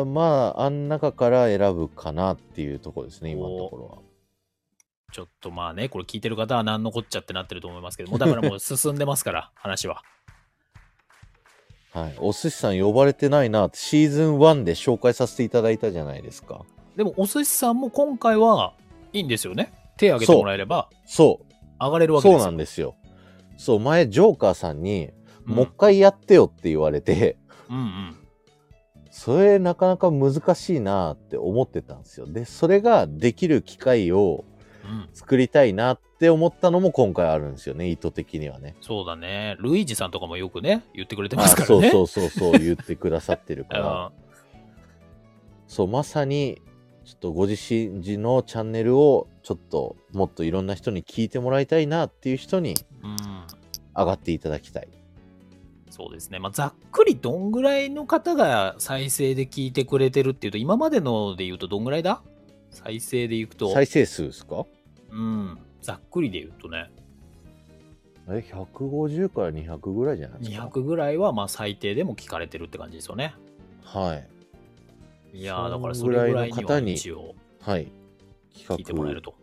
Speaker 1: らまあ、あん中から選ぶかなっていうところですね、今のところは。
Speaker 2: ちょっとまあね、これ聞いてる方は何のこっちゃってなってると思いますけども、だからもう進んでま すから、話は。
Speaker 1: はい、お寿司さん呼ばれてないなってシーズン1で紹介させていただいたじゃないですか
Speaker 2: でも、お寿司さんも今回はいいんですよね。手挙げてもらえれば
Speaker 1: そ
Speaker 2: 上がれる
Speaker 1: う
Speaker 2: わけ
Speaker 1: そ
Speaker 2: で
Speaker 1: う
Speaker 2: す
Speaker 1: な
Speaker 2: よ。
Speaker 1: んですよそう前ジョーカーさんに「
Speaker 2: うん
Speaker 1: もう一回やってよ」って言われて、
Speaker 2: うんうん。
Speaker 1: それなかなか難しいなって思ってたんですよでそれができる機会を
Speaker 2: うん、
Speaker 1: 作りたいなって思ったのも今回あるんですよね意図的にはね
Speaker 2: そうだね。ルイージさんとかもよくね、言ってくれて
Speaker 1: あ
Speaker 2: ますから
Speaker 1: そう
Speaker 2: ね。
Speaker 1: そううそうそう言ってくださってる から
Speaker 2: ん
Speaker 1: そう、まさに、ちょっとご自身のチャンネルを、ちょっともっといろんな人に聞いてもらいたいなっていう人に
Speaker 2: うん。
Speaker 1: 上がっていただきたい。
Speaker 2: そうですね。まあ、ざっくりどんぐらいの方が再生で聞いてくれてるっていうと、今までので言うとどんぐらいだ再生で言うと、
Speaker 1: 再生数ですか
Speaker 2: うん。ざっくりで言うとね、
Speaker 1: え、150から200ぐらいじゃないですか。
Speaker 2: 200ぐらいはまあ最低でも聞かれてるって感じですよね。
Speaker 1: はい。
Speaker 2: いやー
Speaker 1: そん
Speaker 2: だからそれぐらいに
Speaker 1: ぐら
Speaker 2: はい
Speaker 1: の方に
Speaker 2: 一応
Speaker 1: はい。
Speaker 2: 聞いてもら
Speaker 1: 企
Speaker 2: えると。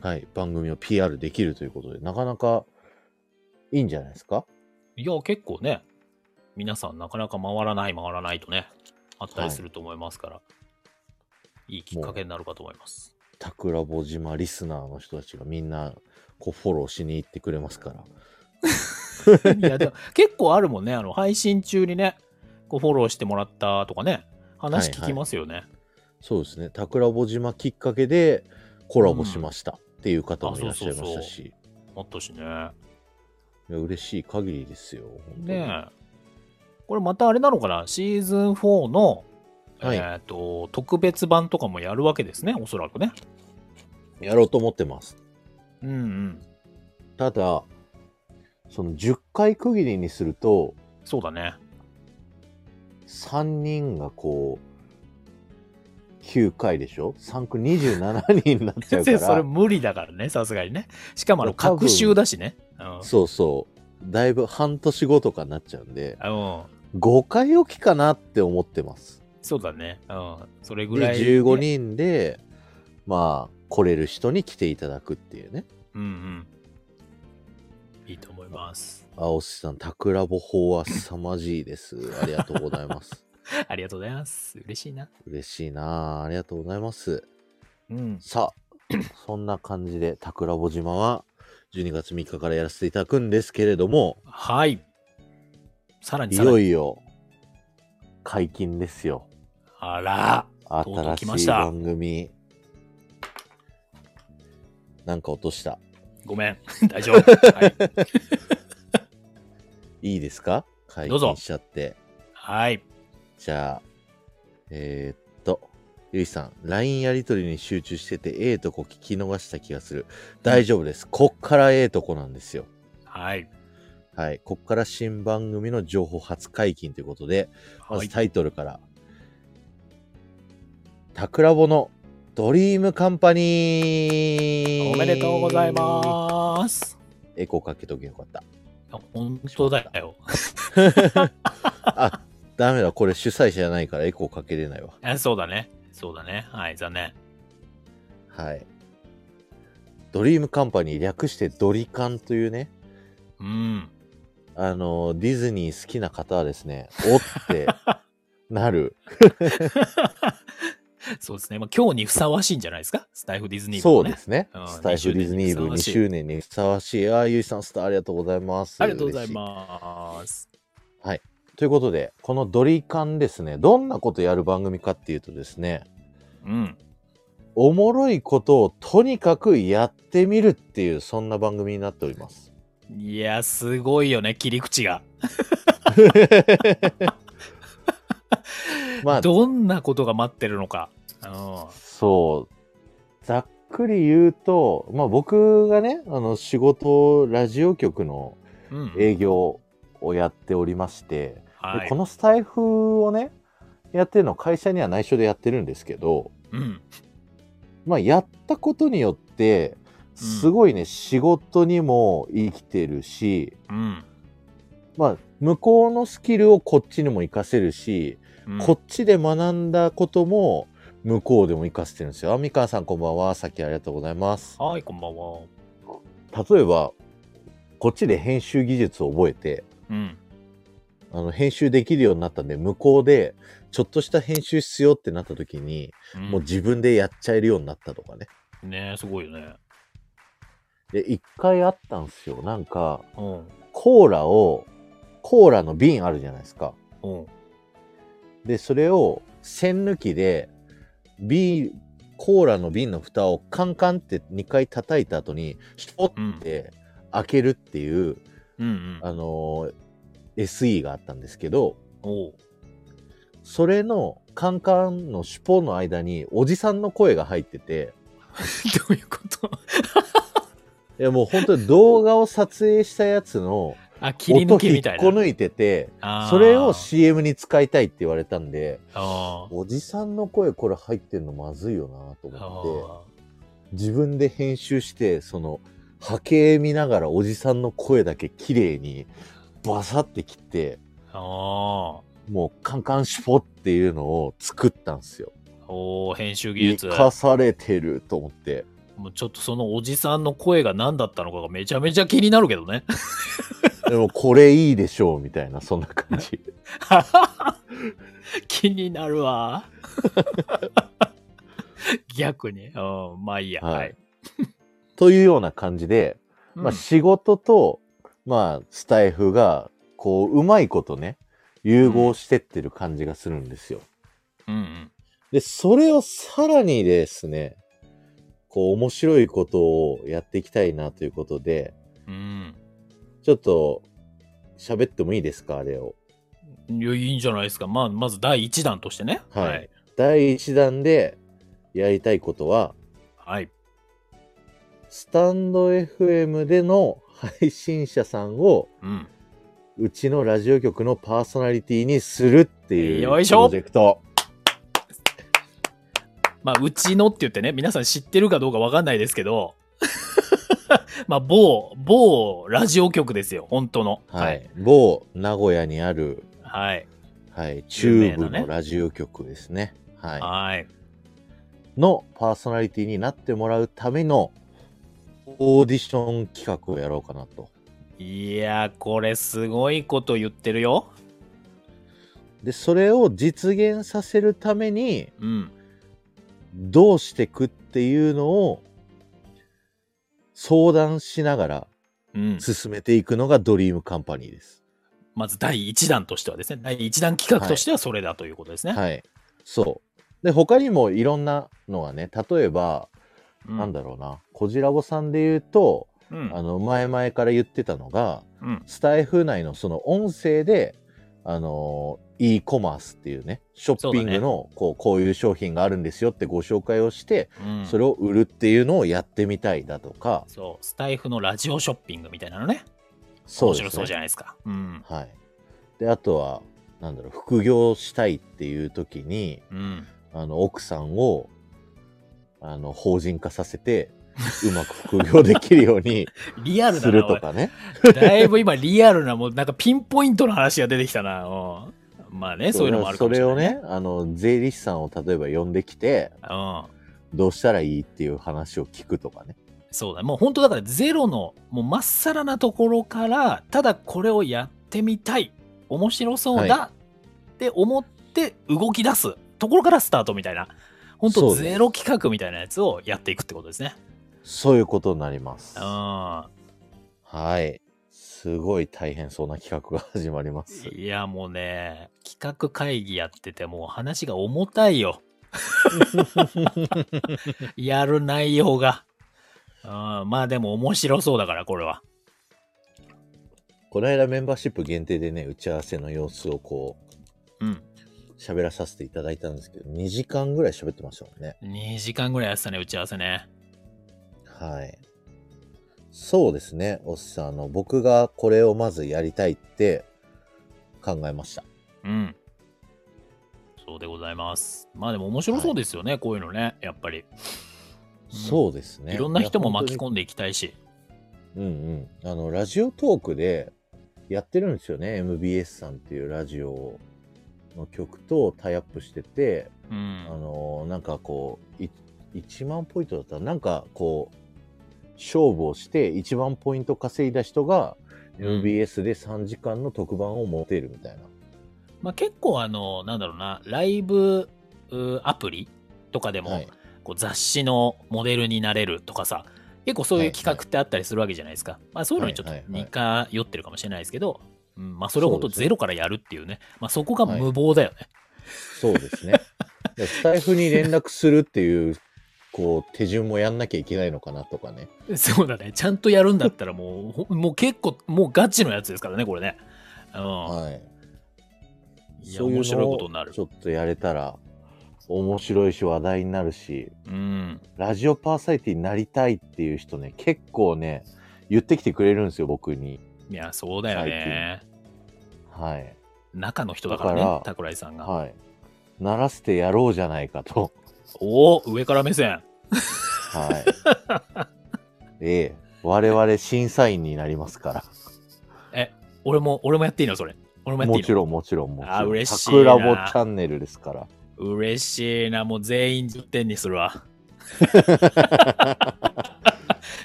Speaker 1: 画、はい。番組を PR できるということで、なかなかいいんじゃないですか
Speaker 2: いや、結構ね、皆さんなかなか回らない回らないとね、あったりすると思いますから、い、いきっかけになるかと思います。
Speaker 1: タクラボ島リスナーの人たちがみんな、こう、フォローしに行ってくれますから。
Speaker 2: いや、でも結構あるもんね、あの、配信中にね、こうフォローしてもらったとかね、話聞きますよね。
Speaker 1: そうですね。タクラボ島きっかけでコラボしましたっていう方もいらっしゃいました
Speaker 2: あそうそう
Speaker 1: し。
Speaker 2: もっとしね。
Speaker 1: いや嬉しい限りですよ。本当に
Speaker 2: ねえ。これまたあれなのかな、シーズン4の、
Speaker 1: はい
Speaker 2: えっ、と、特別版とかもやるわけですね、おそらくね。
Speaker 1: やろうと思ってます。
Speaker 2: うんうん。
Speaker 1: ただ、その10回区切りにすると、
Speaker 2: そうだね。
Speaker 1: 3人がこう、9回でしょ ?3 区27人になっちゃうか
Speaker 2: 先 生
Speaker 1: ら。
Speaker 2: それ無理だからね、さすがにね。しかもあの、
Speaker 1: 多分
Speaker 2: 隔週だしね。うん。
Speaker 1: そうそう。だいぶ半年後とかになっちゃうんで、
Speaker 2: うん
Speaker 1: 5回置きかなって思ってます。
Speaker 2: そうだね。うん。それぐら
Speaker 1: で、
Speaker 2: いで。
Speaker 1: 15人で、まあ、来れる人に来ていただくっていうね。
Speaker 2: うんうん。いいと思います。
Speaker 1: 青瀬さん、タクラボ法は凄まじいです。ありがとうござい ます。
Speaker 2: ありがとうございます。嬉しいな。
Speaker 1: 嬉しいなあありがとうございます
Speaker 2: うん。
Speaker 1: さ あそんな感じで桜穂島は12月3日からやらせていただくんですけれども
Speaker 2: はい。さらに
Speaker 1: い
Speaker 2: さらに。
Speaker 1: よいよ解禁ですよ
Speaker 2: あら。とうとう
Speaker 1: 新
Speaker 2: 来ま
Speaker 1: し
Speaker 2: し
Speaker 1: い
Speaker 2: た
Speaker 1: 番組なんか落とした
Speaker 2: ごめん。 大丈夫。はい。
Speaker 1: いいですか解
Speaker 2: どうぞ
Speaker 1: 禁しちゃって
Speaker 2: はい。
Speaker 1: じゃあえー、っとゆいさん LINE やり取りに集中しててええとこ聞き逃した気がする大丈夫ですこっからええとこなんですよ
Speaker 2: はい。
Speaker 1: はい。ここから新番組の情報初解禁ということで、ま
Speaker 2: は
Speaker 1: ず
Speaker 2: い。
Speaker 1: タイトルから。タクラボのドリームカンパニー
Speaker 2: おめでとうございます。
Speaker 1: す。エコーかけときゃよかった。
Speaker 2: あ本当だよ。
Speaker 1: あ、ダメだ、これ主催者じゃないからエコーかけれないわ。
Speaker 2: あそうだね。そうだね。はい、残念。
Speaker 1: はい。ドリームカンパニー略してドリカンというね、
Speaker 2: うん。
Speaker 1: あの、ディズニー好きな方はですね、お ってなる。
Speaker 2: そうですね。まあ、今日にふさわしいんじゃないですかスタイフディズニー部
Speaker 1: そ
Speaker 2: も
Speaker 1: う
Speaker 2: ね。
Speaker 1: ですね
Speaker 2: うん。
Speaker 1: スタイフディズニー部
Speaker 2: 2
Speaker 1: 2
Speaker 2: 周
Speaker 1: 周年にふさわしい。ああ、ゆいさんスターありがとうございます。
Speaker 2: ありがとうござい
Speaker 1: 嬉し
Speaker 2: ます。
Speaker 1: いということで、このドリカンですね、どんなことやる番組かっていうとですね、
Speaker 2: うん。
Speaker 1: おもろいことをとにかくやってみるっていう、そんな番組になっております。
Speaker 2: いや、すごいよね、切り口が。
Speaker 1: まあ、
Speaker 2: どんなことが待ってるのか。う
Speaker 1: そう。ざっくり言うと、まあ僕がね、あの仕事、ラジオ局の
Speaker 2: ん。うん、
Speaker 1: 営業をやっておりまして、
Speaker 2: は
Speaker 1: で
Speaker 2: い
Speaker 1: こ。のスタイフをね、やってるの会社には内緒でやってるんですけど、
Speaker 2: うん。
Speaker 1: まあやったことによって、すごいね、仕事にも生きてるし、
Speaker 2: うん。
Speaker 1: まあ向こうのスキルをこっちにも活かせるし、
Speaker 2: うん
Speaker 1: こっちで学んだことも向こうでも活かせてるんですよ。あみかんさんこんばんは。さっきありがとうございます。
Speaker 2: はい、こんばんは。
Speaker 1: 例えばこっちで編集技術を覚えて
Speaker 2: うん。
Speaker 1: あの編集できるようになったんで向こうでちょっとした編集必要ってなった時に、
Speaker 2: うん
Speaker 1: もう自分でやっちゃえるようになったとかね
Speaker 2: ねすごいよね。
Speaker 1: で一回あったんですよなんか
Speaker 2: うん。
Speaker 1: コーラをコーラの瓶あるじゃないですか
Speaker 2: うん。
Speaker 1: でそれを栓抜きで瓶コーラの瓶の蓋をカンカンって2回叩いた後にシュポ
Speaker 2: うん
Speaker 1: ッ。て開けるっていう、
Speaker 2: うんうん。
Speaker 1: あのー SE があったんですけど、
Speaker 2: おう
Speaker 1: それのカンカンのシュポの間におじさんの声が入ってて、
Speaker 2: どういうこと
Speaker 1: いやもう本当に動画を撮影したやつの
Speaker 2: あ、切り
Speaker 1: 音
Speaker 2: 抜
Speaker 1: 引
Speaker 2: きみ
Speaker 1: った
Speaker 2: いな。
Speaker 1: こ抜いてて、
Speaker 2: あー
Speaker 1: それを CM に使いたいって言われたんで、
Speaker 2: あー
Speaker 1: おじさんの声これ入ってんのまずいよなと思って、
Speaker 2: あ
Speaker 1: 自分で編集して、その波形見ながらおじさんの声だけ綺麗にバサって切って、
Speaker 2: ー。あ
Speaker 1: もうカンカンシュポっていうのを作ったんですよ。
Speaker 2: ーおー編集技術
Speaker 1: 生。かされてると思って。
Speaker 2: もうちょっとそのおじさんの声が何だったのかがめちゃめちゃ気になるけど ね。
Speaker 1: でもこれいいでしょうみたいなそんな感じ
Speaker 2: 気になるわ。 逆に。うん、まあいいや。
Speaker 1: はい
Speaker 2: はい。
Speaker 1: というような感じで、まあ、仕事と、まあ、スタイフがこううまいことね融合してってる感じがするんですよ。
Speaker 2: うん、うん
Speaker 1: でそれをさらにですねこう面白いことをやっていきたいなということで
Speaker 2: うん。
Speaker 1: ちょっと喋ってもいいですかあれを。
Speaker 2: うん。いやいいんじゃないですか。まあ、まず第一弾としてね。
Speaker 1: はい
Speaker 2: はい。
Speaker 1: 第1弾でやりたいことは
Speaker 2: はい。
Speaker 1: スタンド FM での配信者さんを
Speaker 2: うん。
Speaker 1: うちのラジオ局のパーソナリティにするっていう
Speaker 2: よいし
Speaker 1: プ
Speaker 2: ょ
Speaker 1: ロジェクト。
Speaker 2: まあ、うちのって言ってね、皆さん知ってるかどうかわかんないですけど、 まあ、某、某ラジオ局ですよ、本当の。
Speaker 1: はい。。某名古屋にある、
Speaker 2: はい。
Speaker 1: はい、中
Speaker 2: 有
Speaker 1: 部
Speaker 2: 名なね
Speaker 1: のラジオ局ですね。は
Speaker 2: はい。
Speaker 1: い。のパーソナリティになってもらうためのオーディション企画をやろうかなと。
Speaker 2: いやー、これすごいこと言ってるよ。
Speaker 1: で、それを実現させるために
Speaker 2: うん。
Speaker 1: どうしてくっていうのを相談しながら
Speaker 2: うん。
Speaker 1: 進めていくのがドリームカンパニーです。
Speaker 2: まず第一弾としてはですね、第一弾企画としてはそれだということですね。
Speaker 1: はい。そう。で、他にもいろんなのがね、例えば、
Speaker 2: うん
Speaker 1: なんだろうな、こじらぼさんで言うと、
Speaker 2: うん
Speaker 1: あの、前々から言ってたのが、
Speaker 2: うん。
Speaker 1: スタイフ内のその音声で、あのー、e コマースっていうね、ショッピングの、こう、こういう商品があるんですよってご紹介をして、
Speaker 2: うん
Speaker 1: それを売るっていうのをやってみたいだとか、
Speaker 2: そう、スタイフのラジオショッピングみたいなのね。
Speaker 1: そ
Speaker 2: 面
Speaker 1: うですね。
Speaker 2: 白そうじゃないですか。うん。
Speaker 1: はい。で、あとは、なんだろう、副業したいっていう時に、
Speaker 2: うん。
Speaker 1: あの、奥さんを、あの、法人化させて、うまく副業できるよう に
Speaker 2: リアル
Speaker 1: す
Speaker 2: だ
Speaker 1: る
Speaker 2: な、お
Speaker 1: と
Speaker 2: い
Speaker 1: かね。
Speaker 2: だいぶ今リアルな、もうなんかピンポイントの話が出てきたな。うんまあね、そういうのもあるか
Speaker 1: そ
Speaker 2: もし
Speaker 1: れ
Speaker 2: れない。
Speaker 1: をね、あの、税理士さんを例えば呼んできて、
Speaker 2: うん。
Speaker 1: どうしたらいいっていう話を聞くとかね。
Speaker 2: そうだ、もう本当だからゼロの、もうまっさらなところから、ただこれをやってみたい、面白そうだって思って動き出すところからスタートみたいな、本
Speaker 1: そう
Speaker 2: 当
Speaker 1: です
Speaker 2: ゼロ企画みたいなやつをやっていくってことですね。
Speaker 1: そういうことになります
Speaker 2: う。ん。
Speaker 1: はい。すごい大変そうな企画が始まります。
Speaker 2: いや、もうね、企画会議やってて、もう話が重たいよ。 やる内容が。うん、まあでも面白そうだから、これは。
Speaker 1: この間メンバーシップ限定でね、打ち合わせの様子をこ
Speaker 2: うん。
Speaker 1: う、喋らさせていただいたんですけど、2時間ぐらい喋ってましたもんね。
Speaker 2: 2時間ぐらいやってたね、打ち合わせね。
Speaker 1: はい。そうですね、おっさん。あの、僕がこれをまずやりたいって考えました。
Speaker 2: うん。そうでございます。まあでも面白そうですよね、こういうのね、やっぱり。うん
Speaker 1: そうですね。
Speaker 2: いろんな人も巻き
Speaker 1: ん
Speaker 2: 込んでいきたいし。
Speaker 1: うんうん。あの、ラジオトークでやってるんですよね。MBS さんっていうラジオの曲とタイアップしてて、あ
Speaker 2: うん。
Speaker 1: のーなんかこう、い1万ポイントだったら、なんかこう、勝負をして1万ポイント稼いだ人が
Speaker 2: うん
Speaker 1: MBS で3時間の特番を持てるみたいな。
Speaker 2: まあ結構あの、なんだろうな、ライブうアプリとかでも、
Speaker 1: はい
Speaker 2: こう雑誌のモデルになれるとかさ、結構そういう企画ってあったりするわけじゃないですか。まあそういうのにちょっと
Speaker 1: はいはいはい
Speaker 2: 似通ってるかもしれないですけど、うん、まあそれを本
Speaker 1: そ
Speaker 2: 当
Speaker 1: うですね
Speaker 2: ゼロからやるっていうね、まあそこが無謀だよね。
Speaker 1: そうですね。だからスタイフに連絡するっていう、こう、手順もやんなきゃいけないのかなとかね。
Speaker 2: そうだね。ち ゃんとやるんだったら もう、ほもう結構、もうガチのやつですからね、これね。うん。
Speaker 1: はい。
Speaker 2: いや、
Speaker 1: そううのを
Speaker 2: 面白いことになる
Speaker 1: ち。ょっとやれたら、面白いし話題になるし、
Speaker 2: うん。
Speaker 1: ラジオパーサイティになりたいっていう人ね、結構ね、言ってきてくれるんですよ、僕に。
Speaker 2: いや、そうだよね。
Speaker 1: はい。
Speaker 2: 中の人だから
Speaker 1: だから
Speaker 2: ね、桜井さんが。
Speaker 1: はい。鳴らせてやろうじゃないかと。
Speaker 2: おお、上から目線。
Speaker 1: はい。 ええ。我々審査員になりますか
Speaker 2: 俺も、俺もやっていいの、それ。俺も
Speaker 1: ら。
Speaker 2: やって
Speaker 1: も
Speaker 2: いい
Speaker 1: ち
Speaker 2: の。
Speaker 1: ろん、もちろん、もちろん。
Speaker 2: あ嬉しいな
Speaker 1: 桜ラボチャンネルですから。
Speaker 2: 嬉しいな、もう全員10点にする わ。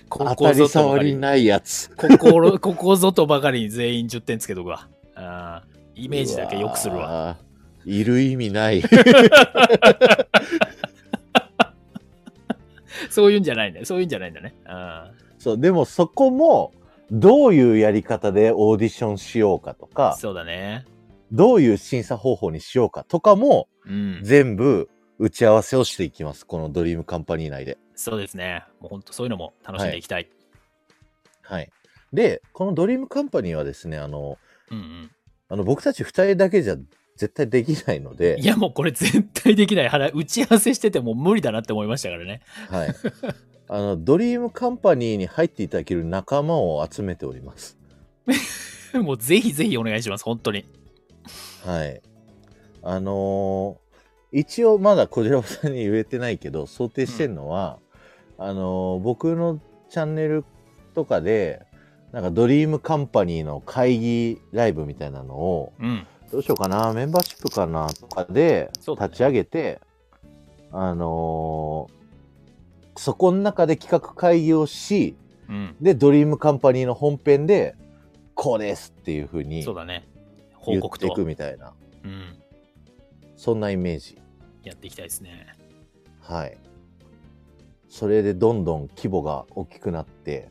Speaker 2: こ
Speaker 1: 当
Speaker 2: こ
Speaker 1: た
Speaker 2: ぞ
Speaker 1: り
Speaker 2: とばか
Speaker 1: 障り
Speaker 2: り、
Speaker 1: ないやつ。
Speaker 2: ここここぞとばかりに全員10点つけとくわ。あーイ
Speaker 1: イ
Speaker 2: メージだけ良くするわ。
Speaker 1: わ。いる意味ない。
Speaker 2: そういうんじゃないね。そういうんじゃないんだね。うん。
Speaker 1: そう、でもそこも、どういうやり方でオーディションしようかとか、
Speaker 2: そうだね。
Speaker 1: どういう審査方法にしようかとかも、
Speaker 2: うん。
Speaker 1: 全部打ち合わせをしていきます。このドリームカンパニー内で。
Speaker 2: そうですね。もう本当そういうのも楽しんでいきたい。
Speaker 1: はい。で、このドリームカンパニーはですね、あの、
Speaker 2: うん
Speaker 1: あの僕たち2人だけじゃ絶対できないの
Speaker 2: うん。
Speaker 1: で
Speaker 2: い、や、もうこれ絶対できない。腹打ち合わせしててもう無理だなって思いましたからね。
Speaker 1: はい。あの、ドリームカンパニーに入っていただける仲間を集めております。
Speaker 2: もうぜひぜひお願いします。本当に。
Speaker 1: はい。あのー一応まだ小次郎さんに言えてないけど、想定してるのは、あのー僕のチャンネルとかで、なんかドリームカンパニーの会議ライブみたいなのを、
Speaker 2: うん。
Speaker 1: どうしようかな、メンバーシップかなとかで
Speaker 2: そうだね
Speaker 1: 立ち上げて、あのーそこの中で企画会議をし、
Speaker 2: うん。
Speaker 1: で、ドリームカンパニーの本編で、こうですっていうふうに
Speaker 2: そうだね。報
Speaker 1: 言
Speaker 2: 告
Speaker 1: ってい
Speaker 2: と。
Speaker 1: くみたいな、
Speaker 2: うん。
Speaker 1: そんなイメージ。
Speaker 2: やっていきたいですね。
Speaker 1: はい。それでどんどん規模が大きくなって、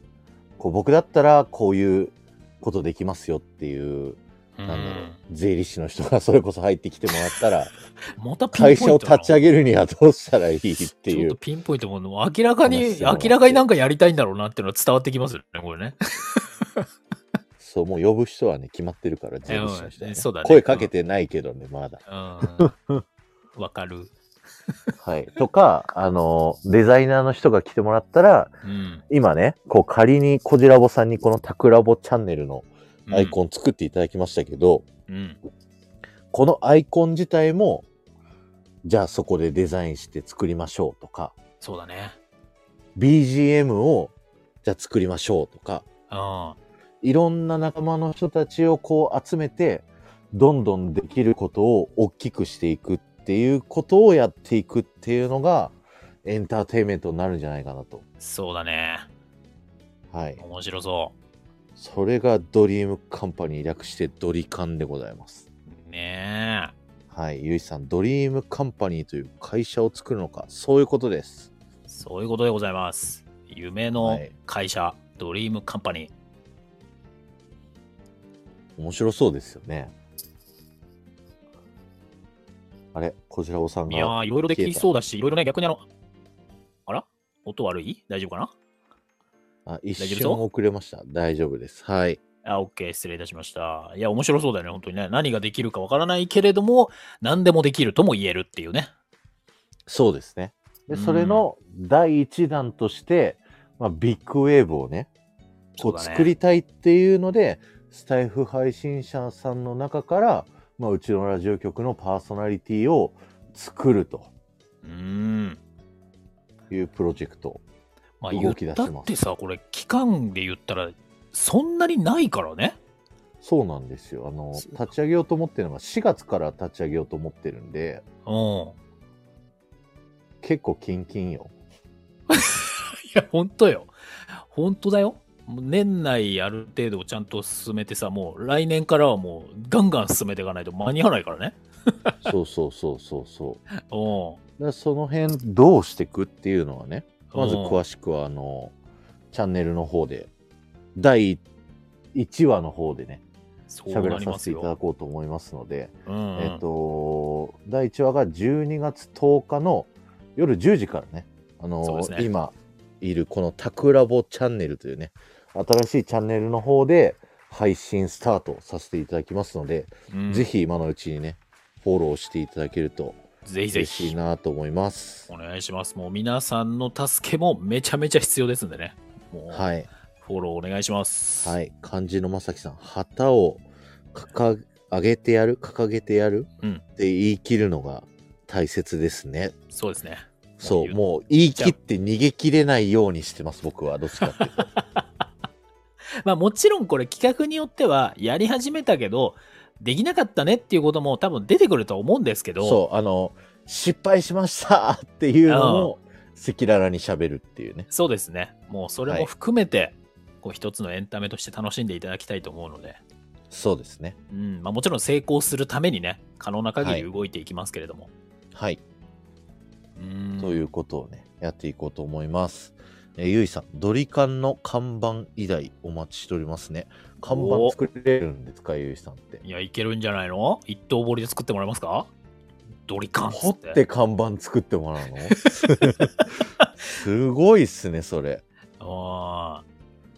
Speaker 1: こう僕だったらこういうことできますよっていう、
Speaker 2: うん
Speaker 1: なんだろう、税理士の人が それこそ入ってきてもらったら、
Speaker 2: またピン
Speaker 1: 会
Speaker 2: ポイ
Speaker 1: 社を
Speaker 2: ントな
Speaker 1: 立ち上げるにはどうしたらいいって
Speaker 2: ちょ
Speaker 1: い
Speaker 2: っ
Speaker 1: う
Speaker 2: と。ピンポイントももう明らかに
Speaker 1: 話、してもらって
Speaker 2: 明らかになんかやりたいんだろうなっていうのは伝わってきますよね、これね。
Speaker 1: そう、もう呼ぶ人はね、決まってるから、税理士の人は
Speaker 2: うんそうだね
Speaker 1: 声かけてないけどね、まだ。
Speaker 2: うん。わかる。
Speaker 1: はい。とか、あの、デザイナーの人が来てもらったら、
Speaker 2: うん。
Speaker 1: 今ね、こう仮にコジラボさんにこのタクラボチャンネルのアイコン作っていただきましたけど、
Speaker 2: ン。うん。
Speaker 1: このアイコン自体も、じゃあそこでデザインして作りましょうとか、
Speaker 2: そうだね。
Speaker 1: BGM をじゃあ作りましょうとか、
Speaker 2: うん。
Speaker 1: いろんな仲間の人たちをこう集めて、どんどんできることを大きくしていくっていうことをやっていくっていうのがエンターテインメントになるんじゃないかなと。
Speaker 2: そうだね。
Speaker 1: はい。
Speaker 2: 面白そ
Speaker 1: それがドリームカンパニー略してドリカンでございます。
Speaker 2: う。ね
Speaker 1: はい。ゆいさん、ドリームカンパニーという会社を作るのか、そういうことです。
Speaker 2: え。そういうことでございます。夢
Speaker 1: は
Speaker 2: の
Speaker 1: い
Speaker 2: 会社、ドリームカンパニー。
Speaker 1: 面白そうですよね。あれこちらおさん
Speaker 2: いや
Speaker 1: が。
Speaker 2: ー、いろいろできそうだし、いろいろね、逆にあの、あら音悪い大丈夫かな
Speaker 1: あ一
Speaker 2: 大丈夫
Speaker 1: 瞬
Speaker 2: そう
Speaker 1: 遅れました。大丈夫です。はい。
Speaker 2: あ、OK、失礼いたしました。いや、面白そうだよね、本当にね。何ができるかわからないけれども、何でもできるとも言えるっていうね。
Speaker 1: そうですね。で、
Speaker 2: うん
Speaker 1: それの第一弾として、まあ、ビッグウェーブをね、こ
Speaker 2: そう
Speaker 1: う
Speaker 2: だね
Speaker 1: 作りたいっていうので、スタイフ配信者さんの中から、まあ、うちのラジオ局のパーソナリティを作ると
Speaker 2: うーん。
Speaker 1: いうプロジェクト。
Speaker 2: まあ、言
Speaker 1: 動
Speaker 2: っ
Speaker 1: き出して
Speaker 2: た
Speaker 1: ます
Speaker 2: ってさ、これ、期間で言ったら、そんなにないからね。
Speaker 1: そうなんですよ。あの、
Speaker 2: そう
Speaker 1: 立ち上げようと思ってるのが4月から立ち上げようと思ってるんで、
Speaker 2: うん。
Speaker 1: 結構キンキン よ。
Speaker 2: いや、本当よ。本当だよ。もう年内ある程度ちゃんと進めてさ、もう来年からはもうガンガン進めていかないと間に合わないからね。
Speaker 1: そうそうそうそうそう。だか
Speaker 2: お
Speaker 1: らその辺どうしていくっていうのはね、まず詳
Speaker 2: し
Speaker 1: しくはあの、チャンネルの方で、第1話の方でね、
Speaker 2: く
Speaker 1: 喋らさせていただこうと思いますので、
Speaker 2: うん、
Speaker 1: えっ、と、第1話が12月10日の夜10時からね、あ
Speaker 2: そうで
Speaker 1: の、
Speaker 2: すね
Speaker 1: 今いるこのタクラボチャンネルというね、新しいチャンネルの方で配信スタートさせていただきますので、
Speaker 2: うん
Speaker 1: ぜ。ひ今のうちにね、フォローしていただけると
Speaker 2: ぜひぜ
Speaker 1: 嬉しい
Speaker 2: ひ。
Speaker 1: なと思います。
Speaker 2: お願いします。もう皆さんの助けもめちゃめちゃ必要ですんでね。もう
Speaker 1: はい。
Speaker 2: フォローお願いします。
Speaker 1: はい。漢字のまさきさん、旗を掲げてやる、掲げてやる、
Speaker 2: うん
Speaker 1: って言い切るのが大切ですね。
Speaker 2: そうですね。
Speaker 1: そう、
Speaker 2: 言う
Speaker 1: もう言い切って逃げ切れないようにしてます、僕は。どっちかっていうと。
Speaker 2: まあもちろんこれ企画によってはやり始めたけど、できなかったねっていうことも多分出てくると思うんですけど、
Speaker 1: そう、あの、失敗しましたっていうのを赤裸々に喋るっていうね。
Speaker 2: そうですね。もうそれも含めて、こう一つのエンタメとして楽しんでいただきたいと思うので、
Speaker 1: そうですね。
Speaker 2: うんまあ、もちろん成功するためにね、可能な限
Speaker 1: は
Speaker 2: り動いていきますけれども。
Speaker 1: はい。
Speaker 2: うん
Speaker 1: ということをね、やっていこうと思います。えーゆいさん、ドリカンの看板以来お待ちしておりますね。看板
Speaker 2: お
Speaker 1: 作れるんですか、ゆいさんって。
Speaker 2: いや、いけるんじゃないの一刀彫りで作ってもらえますかドリカンっつ
Speaker 1: 掘っ
Speaker 2: って。
Speaker 1: て看板作っても らうのすごいっすね、それ。
Speaker 2: あ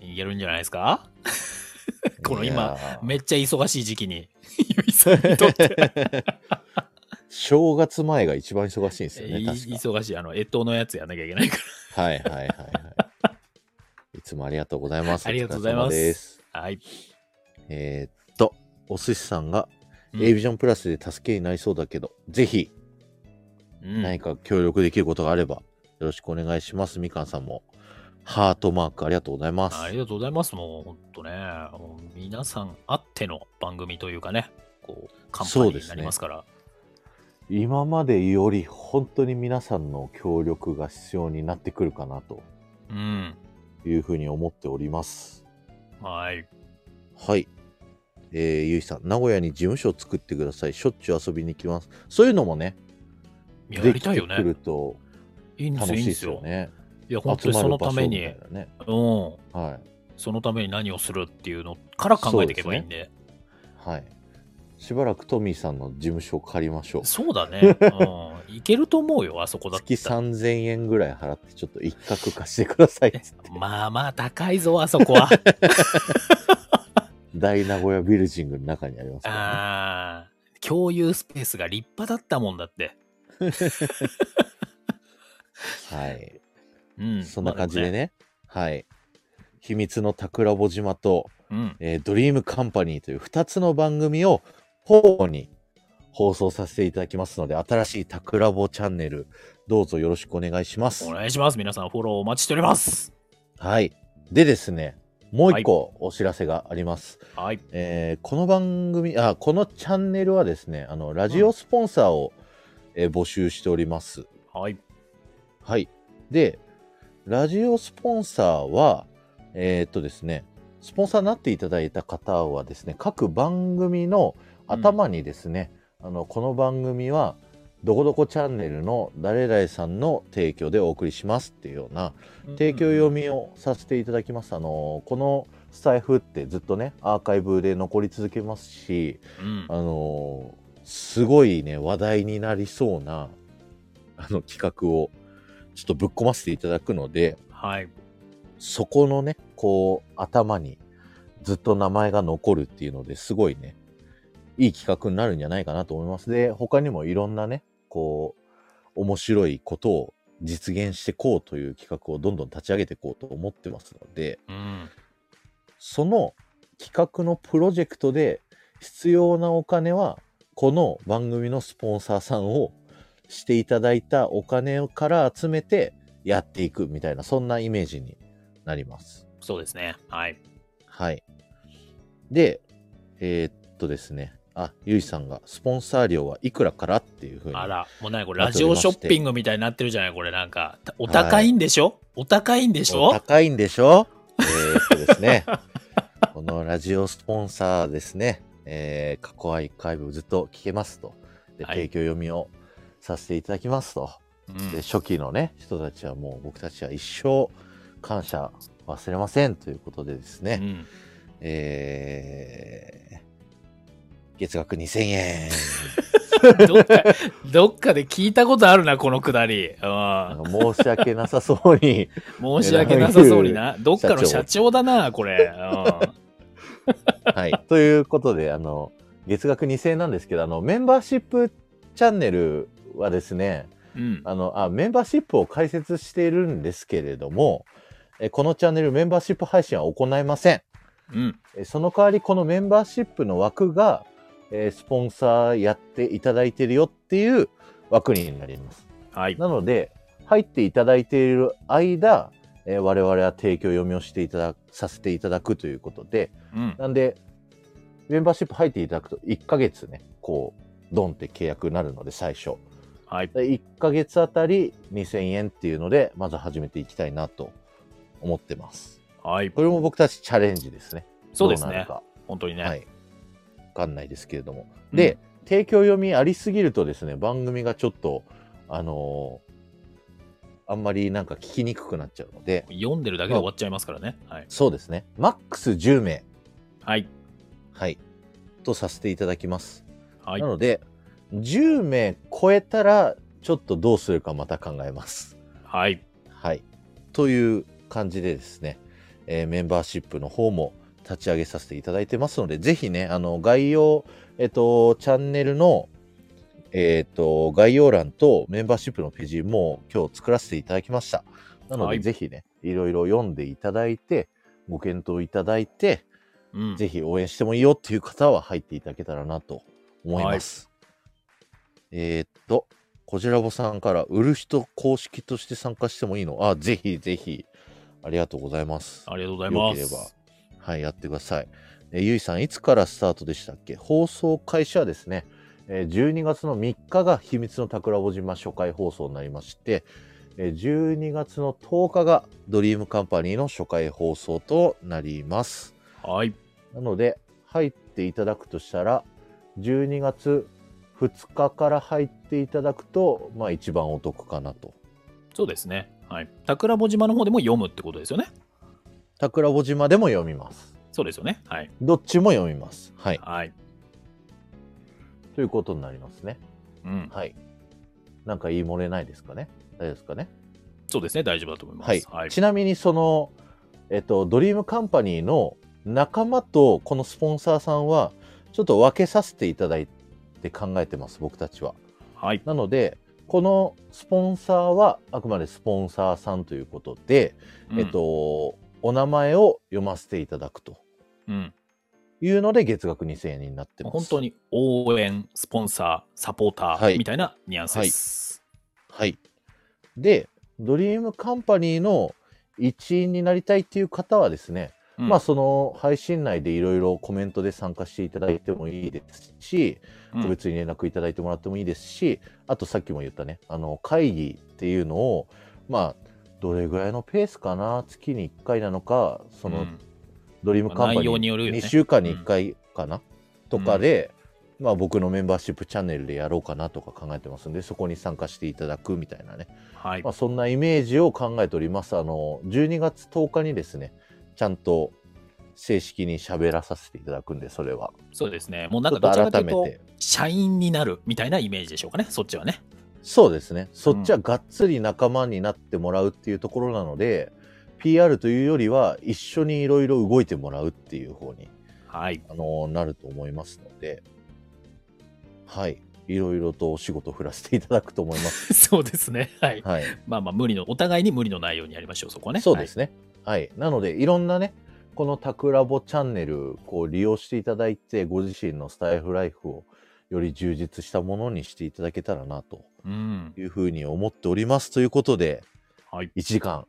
Speaker 2: ーいけるんじゃないですかこの今
Speaker 1: いやー
Speaker 2: めっちゃ忙しい時期に、ゆいさんにとって。
Speaker 1: 正月前が一番忙しいんですよね、
Speaker 2: い
Speaker 1: 確か。
Speaker 2: 忙しい。あの、干支のやつやんなきゃいけないか
Speaker 1: はいはいはいはい。いつもありがとうございます。
Speaker 2: ありがとうござい
Speaker 1: お
Speaker 2: ます
Speaker 1: 疲れ様です
Speaker 2: ら。 はい。
Speaker 1: えーっと、お寿司さんが、
Speaker 2: うん
Speaker 1: A ビジョンプラスで助けになりそうだけど、ぜひ
Speaker 2: うん
Speaker 1: 何か協力できることがあれば、よろしくお願いします。みかんさんも、ハートマークありがとうございます。
Speaker 2: ありがとうございます。もう本当ね、もう皆さんあっての番組というかね、こう、カンパ
Speaker 1: そう
Speaker 2: ニ
Speaker 1: で
Speaker 2: ー
Speaker 1: すね
Speaker 2: になりますから。
Speaker 1: 今までより本当に皆さんの協力が必要になってくるかなと
Speaker 2: うん。
Speaker 1: いうふうに思っております。
Speaker 2: はい。
Speaker 1: はい。えー、ゆいさん、名古屋に事務所を作ってください。しょっちゅう遊びに来ます。そういうのもね、
Speaker 2: やりたいよ
Speaker 1: できてくる
Speaker 2: ね。
Speaker 1: と
Speaker 2: いいんです
Speaker 1: 楽
Speaker 2: よ、い
Speaker 1: しい
Speaker 2: いん
Speaker 1: で
Speaker 2: ですす
Speaker 1: よ
Speaker 2: よ。
Speaker 1: ね。
Speaker 2: いや、本当にそのために、
Speaker 1: 集まる場所みたいなね
Speaker 2: うん。
Speaker 1: は
Speaker 2: そのために何をするっていうのから考えていけばいいんで。
Speaker 1: い。はい。しばらくトミーさんの事務所を借りましょう。
Speaker 2: そうだね。うん。いけると思うよ、あそこだっ
Speaker 1: 月
Speaker 2: たら。
Speaker 1: 3000円ぐらい払って、ちょっと一角貸してくださいっつって。
Speaker 2: まあまあ高いぞ、あそこ は。
Speaker 1: 大名古屋ビルジングの中にありますから、ね。
Speaker 2: ああ。共有スペースが立派だったもんだって。
Speaker 1: はい。
Speaker 2: うん。
Speaker 1: そんな感じでね。はい。秘密の桜ぼ島と、
Speaker 2: まあ。でもね
Speaker 1: えードリームカンパニーという2つの番組を交互に放送させていただきますので、新しい桜ぼチャンネル、どうぞよろしくお願いしま
Speaker 2: う
Speaker 1: す
Speaker 2: ん。お。願いします。皆さんフォローお待ちしております。
Speaker 1: はい。でですね、もう一個お知らせがあります。
Speaker 2: はい。
Speaker 1: えーこの番組、あ、このチャンネルはですね、あの、ラジオスポンサーを、えー募集しております。
Speaker 2: はい。
Speaker 1: はい。で、ラジオスポンサーは、えーっとですね、スポンサーになっていただいた方はですね、各番組の頭にですね、あの、この番組は、どこどこチャンネルの誰々さんの提供でお送りしますっていうような提供読みをさせていただきます。あの、このスタイフってずっとね、アーカイブで残り続けますし、
Speaker 2: うん。
Speaker 1: あのーすごいね、話題になりそうな、あの、企画を、ちょっとぶっ込ませていただくので、
Speaker 2: はい。
Speaker 1: そこのね、こう、頭にずっと名前が残るっていうのですごいね、いい企画になるんじゃないかなと思います。で、他にもいろんなね、こう、面白いことを実現してこうという企画をどんどん立ち上げていこうと思ってますので、
Speaker 2: うん。
Speaker 1: その企画のプロジェクトで必要なお金は、この番組のスポンサーさんをしていただいたお金から集めてやっていくみたいな、そんなイメージになります。
Speaker 2: そうですね。はい。
Speaker 1: はい。で、えーっとですね、あ、ゆいさんが、スポンサー料はいくらからっていうふうに。
Speaker 2: あら、もう何これ、
Speaker 1: あと
Speaker 2: ラジオショッピングみたいになってるじゃないこれ、なんか、たお高いんでしょ、お高いんでしょ
Speaker 1: 高いんでしょえーっとですね、 このラジオスポンサーですね、えー、過去アーカイブずっと聞けますと。で、
Speaker 2: はい
Speaker 1: 提供読みをさせていただきますと。
Speaker 2: うん
Speaker 1: で、初期のね、人たちはもう僕たちは一生感謝忘れませんということでですね、
Speaker 2: うん
Speaker 1: えー、月額2000円。
Speaker 2: どっか、 どっかで聞いたことあるな、このくだり。うん
Speaker 1: 申し訳なさそうに、
Speaker 2: 申し訳なさそうにな。どっかの社長だな、これ。
Speaker 1: はい。 ということで、あの、月額2000円なんですけど、あの、メンバーシップチャンネルはですね、
Speaker 2: うん。うん
Speaker 1: あの、あ、メンバーシップを開設しているんですけれども、えこのチャンネルメンバーシップ配信は行いません。
Speaker 2: うん。
Speaker 1: えその代わり、このメンバーシップの枠が、えースポンサーやっていただいてるよっていう枠になります。
Speaker 2: はい。
Speaker 1: なので、入っていただいている間、えー我々は提供読みをしていただ、させていただくということで、
Speaker 2: うん。
Speaker 1: なんで、メンバーシップ入っていただくと、1ヶ月ね、こう、ドンって契約になるので、最初。
Speaker 2: はい。
Speaker 1: で1ヶ月あたり2000円っていうので、まず始めていきたいなと思ってます。
Speaker 2: はい。
Speaker 1: これも僕たちチャレンジですね。
Speaker 2: そうです
Speaker 1: どなる
Speaker 2: ね。
Speaker 1: か
Speaker 2: 本当にね。
Speaker 1: はい。わかんないですけれども。
Speaker 2: うん
Speaker 1: で、、提供読みありすぎるとですね、番組がちょっと、あのーあんまりなんか聞きにくくなっちゃうので、
Speaker 2: 読んでるだけで終わっちゃいますからね。はい。
Speaker 1: そうですね。マックス10名。
Speaker 2: はい。
Speaker 1: はい。とさせていただきます。
Speaker 2: はい
Speaker 1: な。ので、10名超えたら、ちょっとどうするかまた考えます。
Speaker 2: はい。
Speaker 1: はい。という感じでですね、えーメンバーシップの方も立ち上げさせていただいてますので、ぜひね、あの、概要、えっと、チャンネルの、えっと、概要欄とメンバーシップのページも今日作らせていただきました。なの
Speaker 2: は
Speaker 1: で、
Speaker 2: い
Speaker 1: ぜひね、いろいろ読んでいただいて、ご検討いただいて、
Speaker 2: うん。
Speaker 1: ぜひ応援してもいいよっていう方は入っていただけたらなと思います。えーっと、こちらぼさんから、売る人公式として参加してもいいのあ、ぜひぜひ、ありがとうございます。
Speaker 2: ありがとうございます。
Speaker 1: よければはい、やってください。えーゆいさん、いつからスタートでしたっけ放送開始はですね、えー12月の3日が秘密の桜子島初回放送になりまして、えー12月の10日がドリームカンパニーの初回放送となります。
Speaker 2: はい。
Speaker 1: なので、入っていただくとしたら、12月2日から入っていただくと、まあ一番お得かなと。
Speaker 2: そうですね。はい。桜穂島の方でも読むってことですよね。
Speaker 1: 桜穂島でも読みます。
Speaker 2: そうですよね。はい。
Speaker 1: どっちも読みます。はい。
Speaker 2: はい。
Speaker 1: ということになりますね。
Speaker 2: うん。
Speaker 1: はい。なんか言い漏れないですかね大丈夫ですかね
Speaker 2: そうですね。大丈夫だと思います。
Speaker 1: はい、
Speaker 2: はい。
Speaker 1: ちなみにその、えっと、ドリームカンパニーの仲間とこのスポンサーさんは、ちょっと分けさせていただいて考えてます、僕たちは。
Speaker 2: はい。
Speaker 1: なので、このスポンサーはあくまでスポンサーさんということで、
Speaker 2: うん
Speaker 1: えっ。と、お名前を読ませていただくと
Speaker 2: うん。
Speaker 1: いうので、月額2000円になってます。
Speaker 2: 本当。に応援、スポンサー、サポータ
Speaker 1: はい
Speaker 2: ーみたいなニュアンスです。
Speaker 1: はい。で、ドリームカンパニーの一員になりたいっていう方はですね、
Speaker 2: うん
Speaker 1: まあその配信内でいろいろコメントで参加していただいてもいいですし、
Speaker 2: うん
Speaker 1: 個別に連絡いただいてもらってもいいですし、あとさっきも言ったね、あの会議っていうのを、まあ、どれぐらいのペースかな、月に1回なのか、その
Speaker 2: うん
Speaker 1: ドリームカンパ
Speaker 2: 内
Speaker 1: ニ
Speaker 2: 容
Speaker 1: ー
Speaker 2: によるよね
Speaker 1: 2週間に1回かな、とかで、まあ、僕のメンバーシップチャンネルでやろうかなとか考えてますんでそこに参加していただくみたいなね、
Speaker 2: はい
Speaker 1: まあ、そんなイメージを考えておりますあの12月10日にですねちゃんと正式に喋らさせていただくんでそれは
Speaker 2: そうですねもう
Speaker 1: ち
Speaker 2: なん
Speaker 1: ょっ
Speaker 2: かど
Speaker 1: と
Speaker 2: ちら
Speaker 1: 改
Speaker 2: かという
Speaker 1: め
Speaker 2: と
Speaker 1: て
Speaker 2: 社員になるみたいなイメージでしょうかねそっちはね
Speaker 1: そうですねそっちはがっつり仲間になってもらうっていうところなので、PR というよりは一緒にいろいろ動いてもらうっていう方に
Speaker 2: はい
Speaker 1: あのなると思いますので、はい、いろいろとお仕事を振らせていただくと思います。
Speaker 2: そうですねは い
Speaker 1: はい、
Speaker 2: まあまあ無理のお互いに無理のないようにやりましょうそこはね
Speaker 1: そうですね。はい、なので、いろんなね、このタクラボチャンネル、こう利用していただいて、ご自身のスタイフライフをより充実したものにしていただけたらなと
Speaker 2: はいうん
Speaker 1: いうふうに思っております。ということで、
Speaker 2: はい
Speaker 1: 1時間、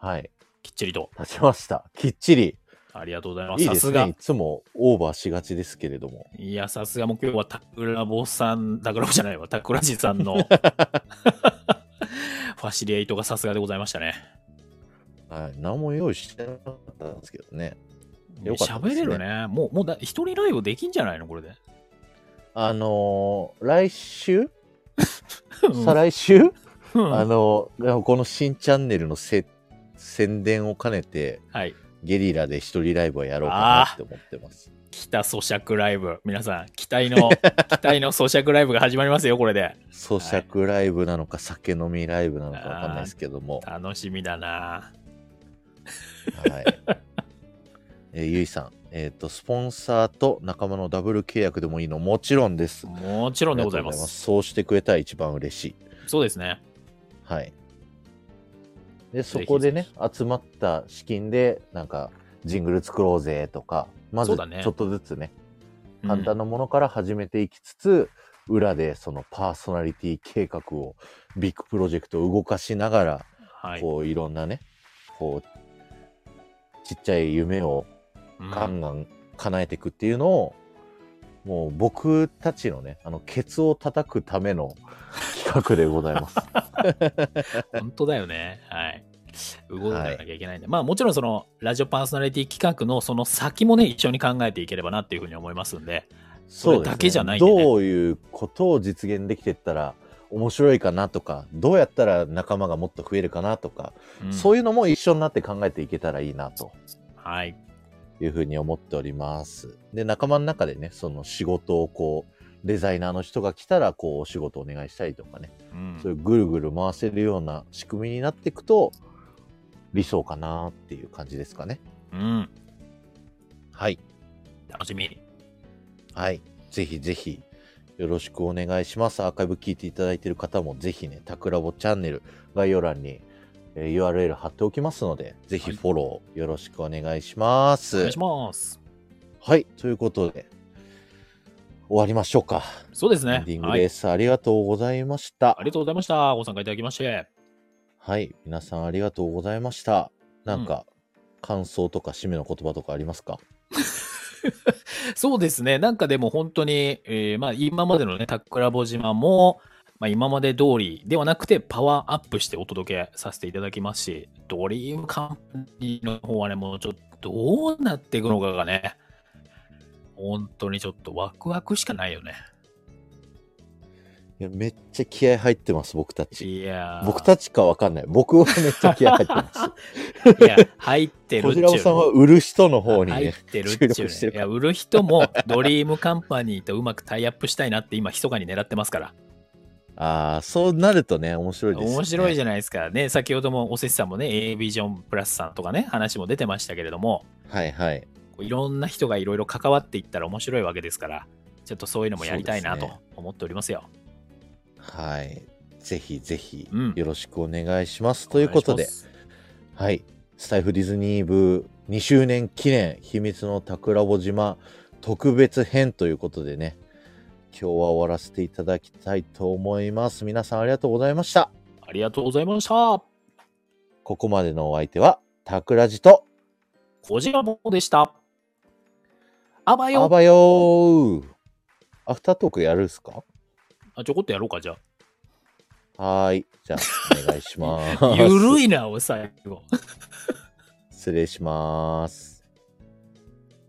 Speaker 1: はい、
Speaker 2: きっちりと
Speaker 1: 経ちました。きっちり。
Speaker 2: ありがとうございます
Speaker 1: いい
Speaker 2: さ
Speaker 1: ですす
Speaker 2: が
Speaker 1: ね。いつもオーバーしがちですけれども。
Speaker 2: いや、さすがもう今日はタクラボさん、タクラボじゃないわ、タクラジさんの ファシリエイトがさすがでございましたね。
Speaker 1: はい、何も用意してなかったんですけどね。よかった
Speaker 2: 喋、
Speaker 1: ですね
Speaker 2: れるね。もう、もうだ、一人ライブできんじゃないのこれで。
Speaker 1: あのー来週再
Speaker 2: ら、
Speaker 1: 来週、
Speaker 2: うん
Speaker 1: あのーこの新チャンネルのせ宣伝を兼ねて、
Speaker 2: はい。
Speaker 1: ゲリラで一人ライブをやろうかなって思ってます。
Speaker 2: 北咀嚼ライブ。皆さん、期 待の、期待の咀嚼ライブが始まりますよ、これで。
Speaker 1: 咀嚼ライブなのか、酒飲みライブなのかわかんないですけども、
Speaker 2: 楽しみだな
Speaker 1: はい。えーゆいさん、えっ、と、スポンサーと仲間のダブル契約でもいいのもちろんです。あ
Speaker 2: もちろん
Speaker 1: りが
Speaker 2: で
Speaker 1: と
Speaker 2: ご
Speaker 1: うござ
Speaker 2: ざ
Speaker 1: い
Speaker 2: いま。
Speaker 1: ますす。そうしてくれたら一番嬉しい。
Speaker 2: そうですね。
Speaker 1: はい。で、そこでね、集まった資金で、なんか、ジングル作ろうぜとか、ま
Speaker 2: そ
Speaker 1: ず
Speaker 2: うだね
Speaker 1: ちょっとずつね、
Speaker 2: うん
Speaker 1: 簡単なものから始めていきつつ、裏でそのパーソナリティ計画を、ビッグプロジェクトを動かしながら、
Speaker 2: はい。
Speaker 1: こう、いろんなね、こう、ちっちゃい夢を
Speaker 2: うん
Speaker 1: ガンガン叶えていくっていうのを、もう僕たちのね、あの、ケツを叩くため の企画でございます。
Speaker 2: 本当だよね。はい。動かなきゃいけないんで、まあもちろんそのラジオパーソナリティ企画のその先もね、一緒に考えていければなっていうふうに思いますんで、それ
Speaker 1: うですね
Speaker 2: だけじゃないんでね
Speaker 1: どういうことを実現できてったら面白いかなとかどうやったら仲間がもっと増えるかなとか、そう
Speaker 2: い
Speaker 1: いうのも一緒になって考えていけたらいいなと
Speaker 2: うん。はい。
Speaker 1: いうふうに思っておりますで仲間の中でねその仕事をこうデザイナーの人が来たらこうお仕事お願いしたりとかね、
Speaker 2: うん
Speaker 1: そういうぐるぐる回せるような仕組みになっていくと理想かなっていう感じですかね
Speaker 2: うん。
Speaker 1: はい
Speaker 2: 楽しみ。
Speaker 1: はい。ぜひぜひ、よろしくお願いします。アーカイブ聞いていただいている方も、ぜひね、タクラボチャンネル、概要欄に、えー URL 貼っておきますので、ぜひ
Speaker 2: はい
Speaker 1: フォローよろしくお願いします。
Speaker 2: お
Speaker 1: は
Speaker 2: 願い
Speaker 1: い
Speaker 2: し。ます。
Speaker 1: ということで、終わりましょうか。
Speaker 2: そうです
Speaker 1: エ
Speaker 2: ね
Speaker 1: ンディ。ング
Speaker 2: はい
Speaker 1: で。す。ありがとうございました
Speaker 2: あ。りがとうございました。ご参加いただきまして。
Speaker 1: はい。皆さんありがとうございました。なんか、感想とか締めの言葉とかありますか
Speaker 2: そうですね。なんかでも本当に、えーまあ今までのね、タックラボ島も、まあ、今まで通りではなくてパワーアップしてお届けさせていただきますし、ドリームカンパニーの方はね、もうちょっとどうなっていくのかがね、本当にちょっとワクワクしかないよね。
Speaker 1: いやめっちゃ気合入ってます、僕たち。
Speaker 2: いやー
Speaker 1: 僕たちかわかんない。僕はめっちゃ気合入って ます。
Speaker 2: いや、入ってるっ
Speaker 1: こ
Speaker 2: ち
Speaker 1: じ
Speaker 2: ゅうの
Speaker 1: らぼさんは売る人の方に
Speaker 2: 入っ
Speaker 1: ね、
Speaker 2: てるっちゅう
Speaker 1: 注力して
Speaker 2: ね、
Speaker 1: る
Speaker 2: い
Speaker 1: から
Speaker 2: や、売る人もドリームカンパニーとうまくタイアップしたいなって今、密かに狙ってますから。
Speaker 1: ああ、そうなるとね、面白いですよね。
Speaker 2: 面白いじ
Speaker 1: ゃ
Speaker 2: ゃないですか。ね、先ほどもおせちさんもね、A ビジョンプラスさんとかね、話も出てましたけれども、
Speaker 1: ん。はいはい。
Speaker 2: こういろんな人がいろいろ関わっていったら面白いわけですから、ちょっとそういうのもやりたいな
Speaker 1: そう
Speaker 2: と
Speaker 1: ですね
Speaker 2: 思っておりますよ。
Speaker 1: はい。ぜひぜひ
Speaker 2: うん、
Speaker 1: よろしくお願いします。ということ
Speaker 2: お願
Speaker 1: で
Speaker 2: い、します
Speaker 1: はい。スタイフディズニー部2周年記念、秘密の桜穂島特別編ということでね、今日は終わらせていただきたいと思います。皆さんありがとうございました。
Speaker 2: ありがとうございました。
Speaker 1: ここまでのお相手は、桜地と、
Speaker 2: こじらぼでした。あば
Speaker 1: あ
Speaker 2: よ
Speaker 1: ばよーアフタートークやるんすか
Speaker 2: あちょこっとやろうか、じゃ
Speaker 1: はーい。じゃあ、お 願いしま
Speaker 2: あ。
Speaker 1: す。
Speaker 2: ゆるいな、お最後。
Speaker 1: 失礼します。